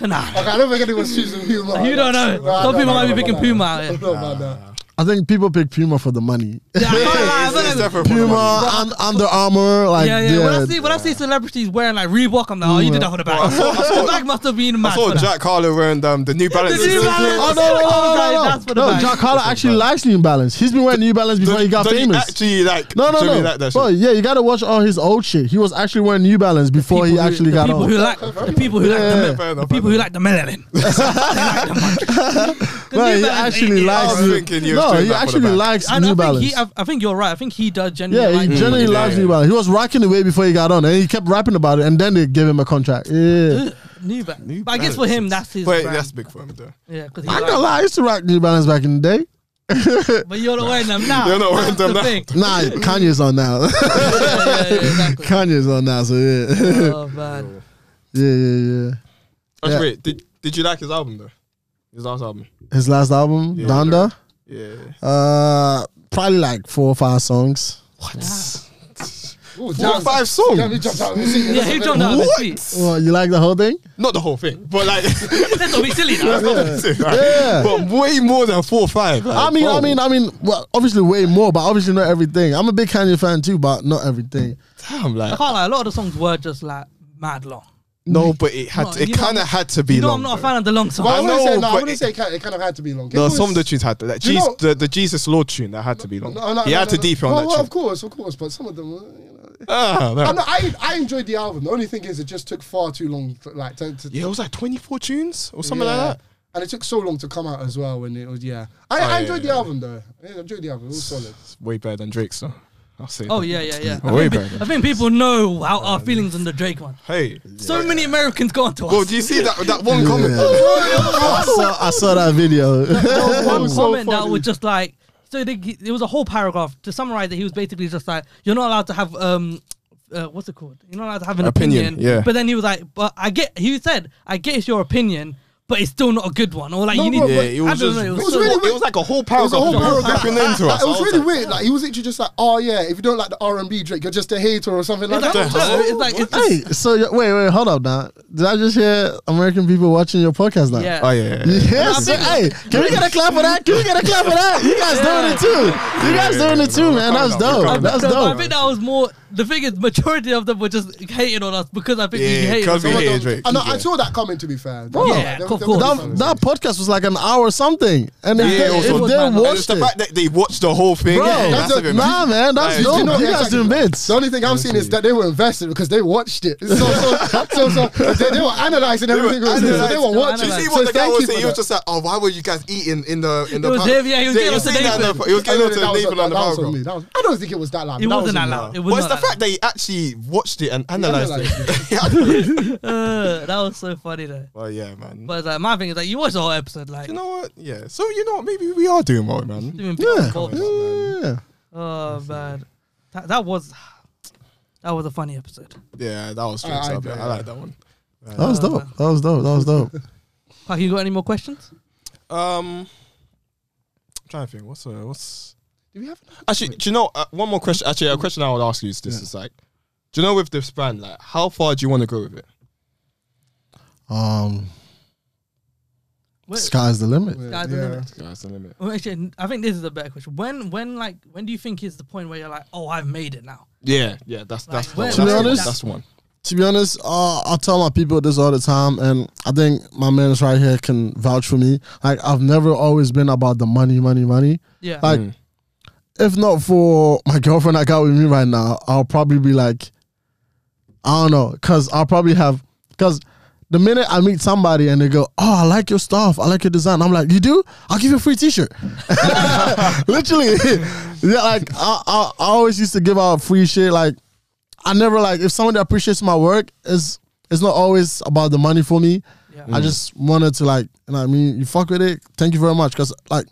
a. Nah. Like, I don't think anyone's choosing Puma. Oh, You don't know. Nah, Some nah, people nah, might be nah, picking nah, Puma nah. out here. No, no, no. I think people pick Puma for the money. Yeah, I can't lie, I'm it's- not it's even- definitely for the money. Puma, and Under Armour, like yeah, yeah. When I see when I see celebrities wearing like Reebok, I'm like, oh, you did that for the bag. the bag must have been mad. I saw for that. Jack Harlow wearing um, the New Balance. The New Balance. Oh no, no, no, Oh, no, guys, no, that's for the no. bag. Jack Harlow actually likes New Balance. He's been wearing New Balance before Don't he you- got don't you famous. actually like no, no, genuinely no. like that Well, shit. yeah, you gotta watch all his old shit. He was actually wearing New Balance before he People who- actually the got people on. who like the people who Yeah, like the, fair me- the enough, people who like the melanin. They like the money. The No, New he Balance actually ain't it. likes I was New- thinking he was No, doing he that for the actually bag. likes And New I think Balance. he, I, I think you're right. I think he does genuinely. yeah, like he the generally money. loves yeah. New Balance. He was rocking the way before he got on, and he kept rapping about it. And then they gave him a contract. Yeah, New Balance. But I guess for him, that's his. But brand. that's big for him, though. yeah, because I'm gonna lie, I used to rock New Balance back in the day. But you're not wearing them now. You're not wearing That's them the now. thing. Nah, Kanye's on now. yeah, yeah, yeah, exactly. Kanye's on now, so yeah, Oh man, yeah, yeah, yeah. That's Yeah. great. Did, did you like his album, though? His last album? His last album, Yeah. Donda. Yeah. Uh, probably like four or five songs. Four Ooh, damn, or five songs. damn, he jumped out of his seat. yeah, he jumped out of his seat. Well, you like the whole thing? Not the whole thing, but like, That's not be silly. Now. Yeah. but way more than four or five. Like, I mean, bro. I mean, I mean. Well, obviously, way more, but obviously not everything. I'm a big Kanye fan too, but not everything. damn, I like, can't lie. A lot of the songs were just like mad long. no, but it had, No, it you know- kind of had to be You know, long. I'm not a though. fan of the long songs. But I, I wouldn't say, know, no, I but wouldn't it- say it kind, it kind of had to be long. It No, was- some of the tunes had to, like, You Jesus, know- the, the Jesus Lord tune that had to be long. No, no, he no, had to no, no. deep on well, that well, tune. of course, of course, but some of them, were, you know. Ah, man. I, know, I I enjoyed the album. The only thing is, it just took far too long. For, like to, to, Yeah, it was like 24 tunes or something yeah. like that. and it took so long to come out as well. When it was, yeah, Oh, I, I yeah, enjoyed yeah, the album though. I enjoyed the album. It was solid. It's way better than Drake's, though. I'll say. Oh that. yeah, yeah, yeah. I Way think, better. I think people know how our feelings on the Drake one. Hey. So many Americans go on to us. Bro, do you see that, that one comment? I saw, I saw that video. There was Oh, one so comment that funny. was just like so they, it was a whole paragraph to summarize it he was basically just like you're not allowed to have um uh, what's it called you're not allowed to have an opinion, Opinion, yeah. but then he was like but i get he said i get it's your opinion but it's still not a good one or like No, you need bro, to but- Yeah, it was I don't just- know, it was so- really weird. It was like a whole It was paragraph. a whole paragraph. Dripping into us. It I was really like, weird. Like he was literally just like, "Oh yeah, if you don't like the R and B Drake, you're just a hater or something like it's like, that." no, it's like it's just, hey, so you- wait, wait, hold up now. Did I just hear American people watching your podcast now? yeah Oh yeah, yeah, yeah. Yes. Yeah, I Hey, can we get a clap for that? Can we get a clap for that? You guys doing it too. You guys doing it too, man. That was dope. That was So, but I dope. think that was more the thing is majority of them were just hating on us because I think Yeah, we hated on because we someone. hated. Someone- Drake, I know. I yeah. saw that coming. To be fair, Yeah, of course. That, that podcast was like an hour something, and if Yeah, they, also- if they And it's And it's watched the it, fact that they watched the whole thing. bro, yeah, that's that's a bit nah, man, That that's is- dope. You You, know, guys exactly. doing bits. The only thing I'm seeing is that they were invested because they watched it. So, so, so, so they, they were analyzing everything. They were, so they were analysing. watching. They were You see so what the guy thank was you saying? for He was that. just like, "Oh, why were you guys eating in the in the?" It was pa- him, yeah, he was getting you onto seen that in Nathan. the- He was getting I onto know that was- Nathan on the that was paragraph. on me. That was- I don't think it was that loud. It That wasn't was that me. loud. It But was it's not the that loud. fact that he actually watched it and analyzed analysed it. Uh, that was so funny though. Oh, Well, yeah, man. But like my thing is like you watch the whole episode, like you know what? Yeah. So you know what? Maybe we are doing well, man. doing Yeah. bits and bobs. Yeah. Oh man, that, that was that was a funny episode. Yeah, that was. I- true. I I, agree. I like that one. That was dope. That was dope. That was dope. Fuck, you got any more questions? Um, I'm trying to think. What's uh, what's Do we have? actually? Do you know uh, one more question? Actually, a question I would ask you is this: is like, do you know with this brand, like, how far do you want to go with it? Um, Wait, sky's the limit. Sky's the limit. That's the limit. well, actually, I think this is a better question. When when like when do you think is the point where you're like, oh, I've made it now? Yeah, yeah. That's Like, that's the where- one. To be That's the one, honest- that's the one. To be honest, uh, I tell my people this all the time, and I think my man's right here can vouch for me. Like I've never always been about the money, money, money. Yeah, Like Mm. if not for my girlfriend I got with me right now, I'll probably be like, I don't know, cause I'll probably have, cause the minute I meet somebody and they go, oh, I like your stuff, I like your design, I'm like, you do? I'll give you a free T-shirt. Literally, yeah. Like I, I, I always used to give out free shit. Like I never like if somebody appreciates my work, it's it's not always about the money for me. yeah, Mm. I just wanted to like, you know what I mean? You fuck with it. Thank you very much. Cause like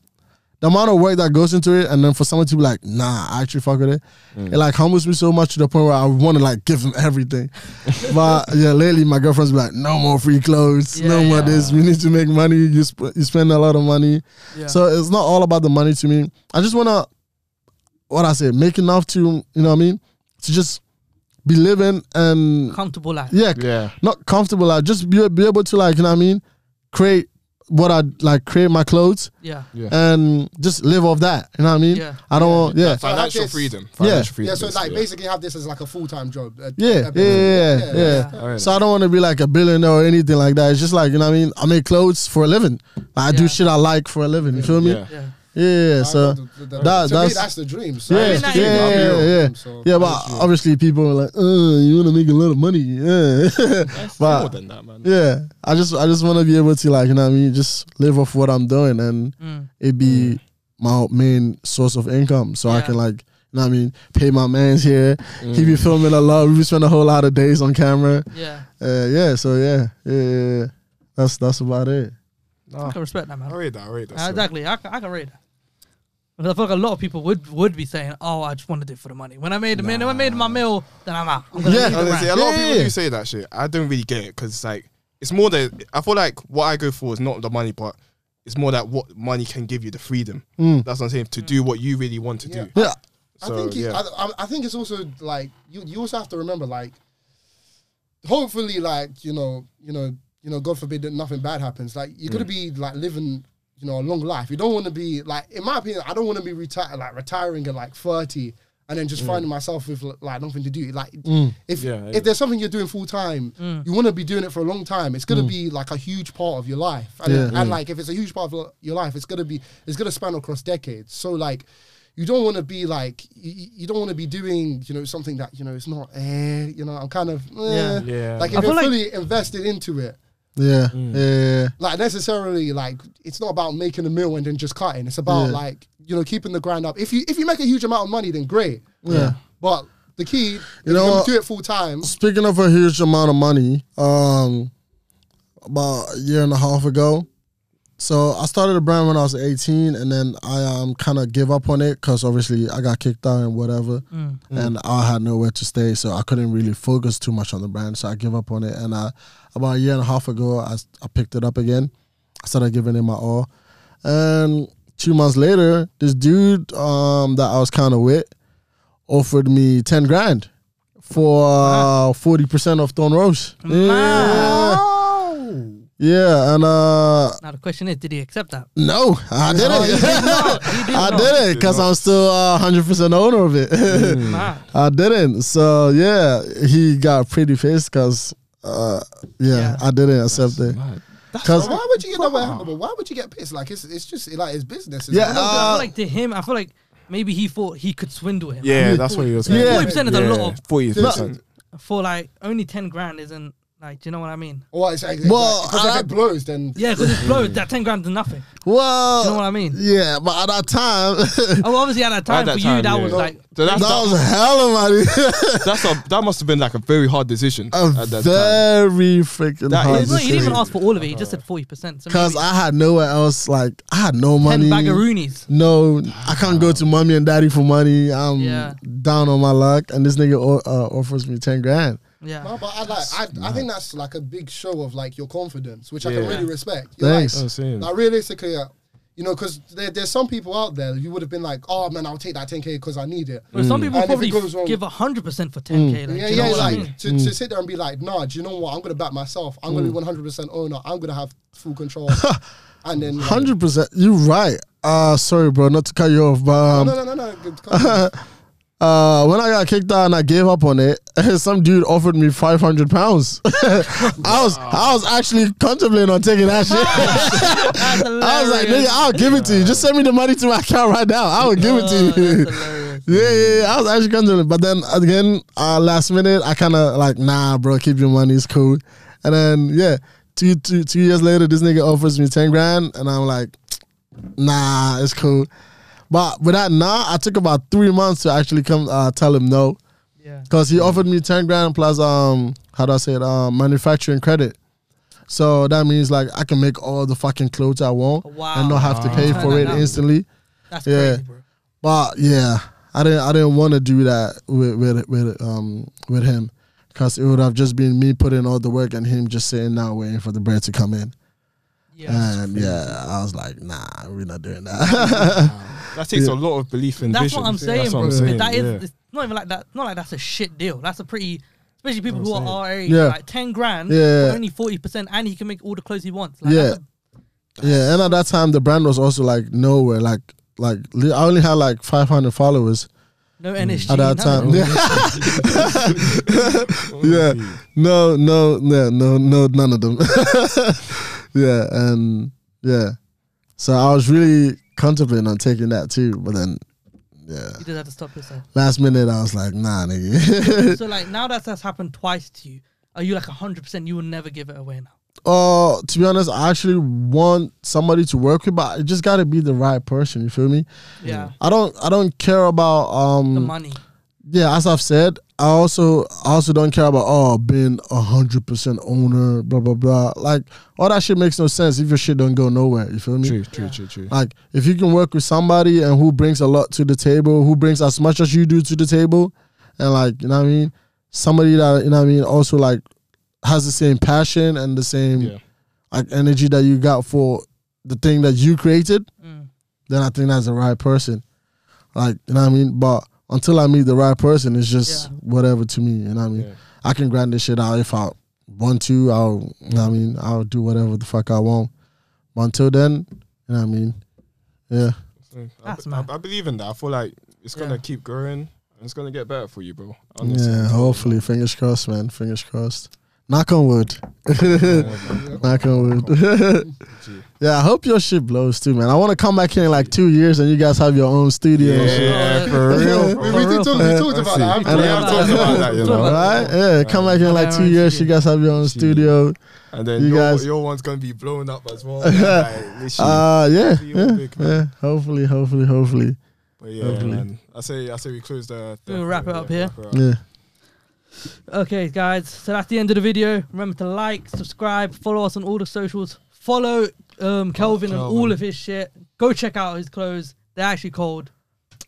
the amount of work that goes into it, and then for someone to be like, nah, I actually fuck with it, Mm. it like humbles me so much to the point where I want to like give them everything. but yeah, lately my girlfriend's been like, no more free clothes, no Yeah, more yeah. this. We need to make money. You sp- you spend a lot of money, yeah. so it's not all about the money to me. I just wanna, what I say, make enough to you know what I mean, to just be living and comfortable life. yeah, Yeah. not comfortable. Like just be, be able to like you know what I mean, create what I like create my clothes Yeah. and just live off that. You know what I mean? Yeah. I don't want yeah. Financial this. freedom. Yeah. Financial freedom. Yeah, so like basically. basically have this as like a full time job. A- Yeah, a yeah, bit- yeah, yeah. yeah. yeah. Alright. So I don't want to be like a billionaire or anything like that. It's just like you know what I mean. I make clothes for a living. I Yeah. do shit I like for a living. You feel me? Yeah. Yeah. Yeah. yeah, yeah. I So know the- the- the- that- to me, that's- that's the dream. So yeah, I mean, yeah, that- yeah, I'll yeah, be yeah. So- Yeah, but obviously people were like, "Uh, you want to make a lot of money." Yeah, More but than that, man. yeah, I just I just want to be able to like you know what I mean, just live off what I'm doing and Mm. it be my main source of income, so I Yeah. can like. You know what I mean? Pay my man's here. He be filming a lot. We be spend a whole lot of days on camera. Yeah. Uh, yeah, so yeah, yeah, yeah, yeah. that's that's about it. Oh. I can respect that, man. I read that. I read that. Uh, so- exactly. I, ca- I can read that. Because I feel like a lot of people would would be saying, "Oh, I just want to do it for the money." When I made the meal, when I made my meal, then I'm out. I'm gonna Yeah. leave the Honestly, brand. a lot of Yeah, people yeah. do say that shit. I don't really get it because it's like it's more that I feel like what I go for is not the money, but it's more that what money can give you the freedom. That's what I'm saying to do what you really want to Yeah. do. Yeah, I So, think it, yeah. I, I- I think it's also like you you also have to remember like hopefully like you know you know you know God forbid that nothing bad happens like you're Mm. gonna be like living you know a long life you don't want to be like in my opinion I don't want to be retired like retiring at like thirty and then just finding myself with like nothing to do like if Mm. Yeah, yeah. if there's something you're doing full time you want to be doing it for a long time it's Mm. gonna be like a huge part of your life and, Yeah. and like if it's a huge part of your life it's gonna be it's gonna span across decades so like you don't want to be like you, you don't want to be doing you know something that you know it's not eh, you know I'm kind of eh. Yeah. Yeah. like I if feel you're like- fully invested into it yeah, yeah, like necessarily like it's not about making a meal and then just cutting it's about Yeah. like you know keeping the grind up if you if you make a huge amount of money then great yeah. but the key you know know what? do it full time Speaking of a huge amount of money, um, about a year and a half ago. So I started a brand when I was 18, and then I um kind of give up on it because obviously I got kicked out and whatever, and I had nowhere to stay, so I couldn't really focus too much on the brand. So I gave up on it, and I about a year and a half ago I, s- I picked it up again. I started giving it my all, and two months later, this dude um that I was kind of with offered me 10 grand for uh, forty percent of Thorn Rose. Mm-hmm. Yeah. Yeah, and uh Now the question is, did he accept that? no, I He didn't. did not. He did I not. didn't because I'm still uh, hundred percent owner of it. Mad. I didn't. So yeah, he got pretty pissed because uh yeah, Yeah. I didn't accept it. Because why would you get that but why would you get pissed like it's it's just like it's business Yeah, isn't it? No, but I Uh, feel like to him, I feel like maybe he thought he could swindle him. yeah, that's what he was. Yeah. Forty percent is a lot of, Forty percent. for like only ten grand isn't like. Do you know what I mean? Well, it's, it's Well, because I- if it blows, then Yeah, because it's Mm. blows. That ten grand is nothing. well, You know what I mean? Yeah, but at that time, that Oh, obviously at that time that for you, time, that yeah. was like So that's that, was hell of money. that's a, that must have been like a very hard decision A at that time. very freaking That hard is- No, he didn't even decision. ask for all of it. He just said forty percent. So Because maybe I had nowhere else. Like I had no money. ten bagaroonies. No, I can't go to mommy and daddy for money. I'm Yeah. down on my luck, and this nigga o- uh, offers me ten grand. Yeah. No, but I like. I, I think that's like a big show of like your confidence, which I can Yeah. really respect. You're like- Thanks. saying. Like, realistically, uh, you know, because there, there's some people out there you would have been like, oh man, I'll take that 10k because I need it. But Mm. some people And if it probably goes wrong- give hundred percent for ten k. Like, Yeah, do you know yeah, what I like mean? to, Mm. to sit there and be like, nah, do you know what? I'm gonna back myself. I'm gonna be 100 percent owner. I'm gonna have full control. and then like, Hundred percent. You right. Uh, sorry, bro, not to cut you off, but um, No, no, no, no. good- come on. uh, when I got kicked out and I gave up on it, some dude offered me five hundred pounds. I was I was actually contemplating on taking that shit. That's I was like, nigga, hilarious. I'll give it to you. Just send me the money to my account right now. I will give it Oh, to you. that's hilarious. Yeah, yeah, yeah. I was actually considering it. But then again, uh, last minute, I kind of like, nah, bro, keep your money. It's cool. And then, yeah, two, two, two years later, this nigga offers me 10 grand. And I'm like, nah, it's cool. But with that, nah, I took about three months to actually come uh, tell him no. Yeah. Because he offered me 10 grand plus, um, how do I say it, um, manufacturing credit. So that means like I can make all the fucking clothes I want Wow. and not have to pay Turn for that it down. instantly. That's Yeah. crazy, bro. But yeah, I didn't I didn't want to do that with with with um with him because it would have just been me putting all the work and him just sitting now waiting for the bread to come in. Yeah. and yeah, I was like, nah, we're not doing that. That takes a lot of belief in That's vision. what I'm saying, That's what bro. I'm saying, That is yeah. it's not even like that. Not like that's a shit deal. That's a pretty. Especially people who are our age, Yeah. like ten grand, Yeah. for only forty percent, and he can make all the clothes he wants. Like, Yeah. that's a- Yeah, and at that time the brand was also like nowhere. Like like li- I only had like 500 followers No NSG. at that time. nothing. yeah, no, no, no, no, no, none of them. yeah, and yeah, so I was really contemplating on taking that too, but then yeah, You just have to stop yourself. last minute I was like, nah, nigga. so like now that that's happened twice to you, are you like hundred percent? You will never give it away now. Uh, to be honest, I actually want somebody to work with, but it just gotta be the right person. You feel me? Yeah, I don't, I don't care about um the money. yeah, as I've said, I also I also don't care about oh being a hundred percent owner, blah blah blah. Like all that shit makes no sense if your shit don't go nowhere. You feel me? True, true, true, true. Like if you can work with somebody and who brings a lot to the table, who brings as much as you do to the table, and like you know what I mean, somebody that you know what I mean also like has the same passion and the same Yeah. like energy that you got for the thing that you created, then I think that's the right person. Like you know what I mean. But until I meet the right person, it's just Yeah. whatever to me. You know what I mean. Yeah. I can grind this shit out if I want to. I'll you know what I mean. I'll do whatever the fuck I want. But until then, you know what I mean? Yeah. That's I, mad. I, I believe in that. I feel like it's gonna Yeah. keep growing and it's gonna get better for you, bro. Yeah, hopefully. Fingers crossed, man. Fingers crossed. Knock on wood. Knock on wood. yeah, I hope your shit blows too, man. I want to come back here in like two years and you guys have your own studio. and shit. Yeah, for real. We, bro. we, real. did talk, we talked about that. Yeah, haven't we? we haven't talked about that, you Talk know. about- Right? Yeah, come back here in like two years. You guys have your own studio. And then You your, guys- your one's gonna be blown up as well. like, literally. Uh, yeah, See you all yeah, big, man. yeah. Hopefully, hopefully, hopefully. but yeah, hopefully. man. I say, I say we close the. the We'll wrap it up yeah, here. wrap it up. Yeah. Okay, guys. So that's the end of the video. Remember to like, subscribe, follow us on all the socials. Follow um, Kelvin and all of his shit. Go check out his clothes. They're actually cold.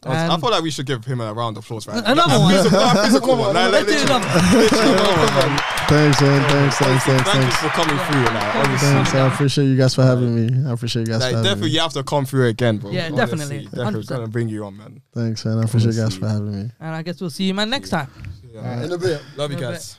I was- I And- feel like we should give him a round of applause right now. Another one. Nah, physical one. Nah, Let's do literally. another. Thanks, man. Thanks, thanks, thanks, Thank you thanks. for coming through. Like, honestly. Thanks. I appreciate you guys for having me. I appreciate you guys Like, for having definitely, me. you have to come through again, bro. Yeah, Honestly, definitely. Definitely 100%. gonna bring you on, man. Thanks, man. I appreciate you guys see for you. having me. And I guess we'll see you man next time. Yeah, man. In a bit. Love you Love guys.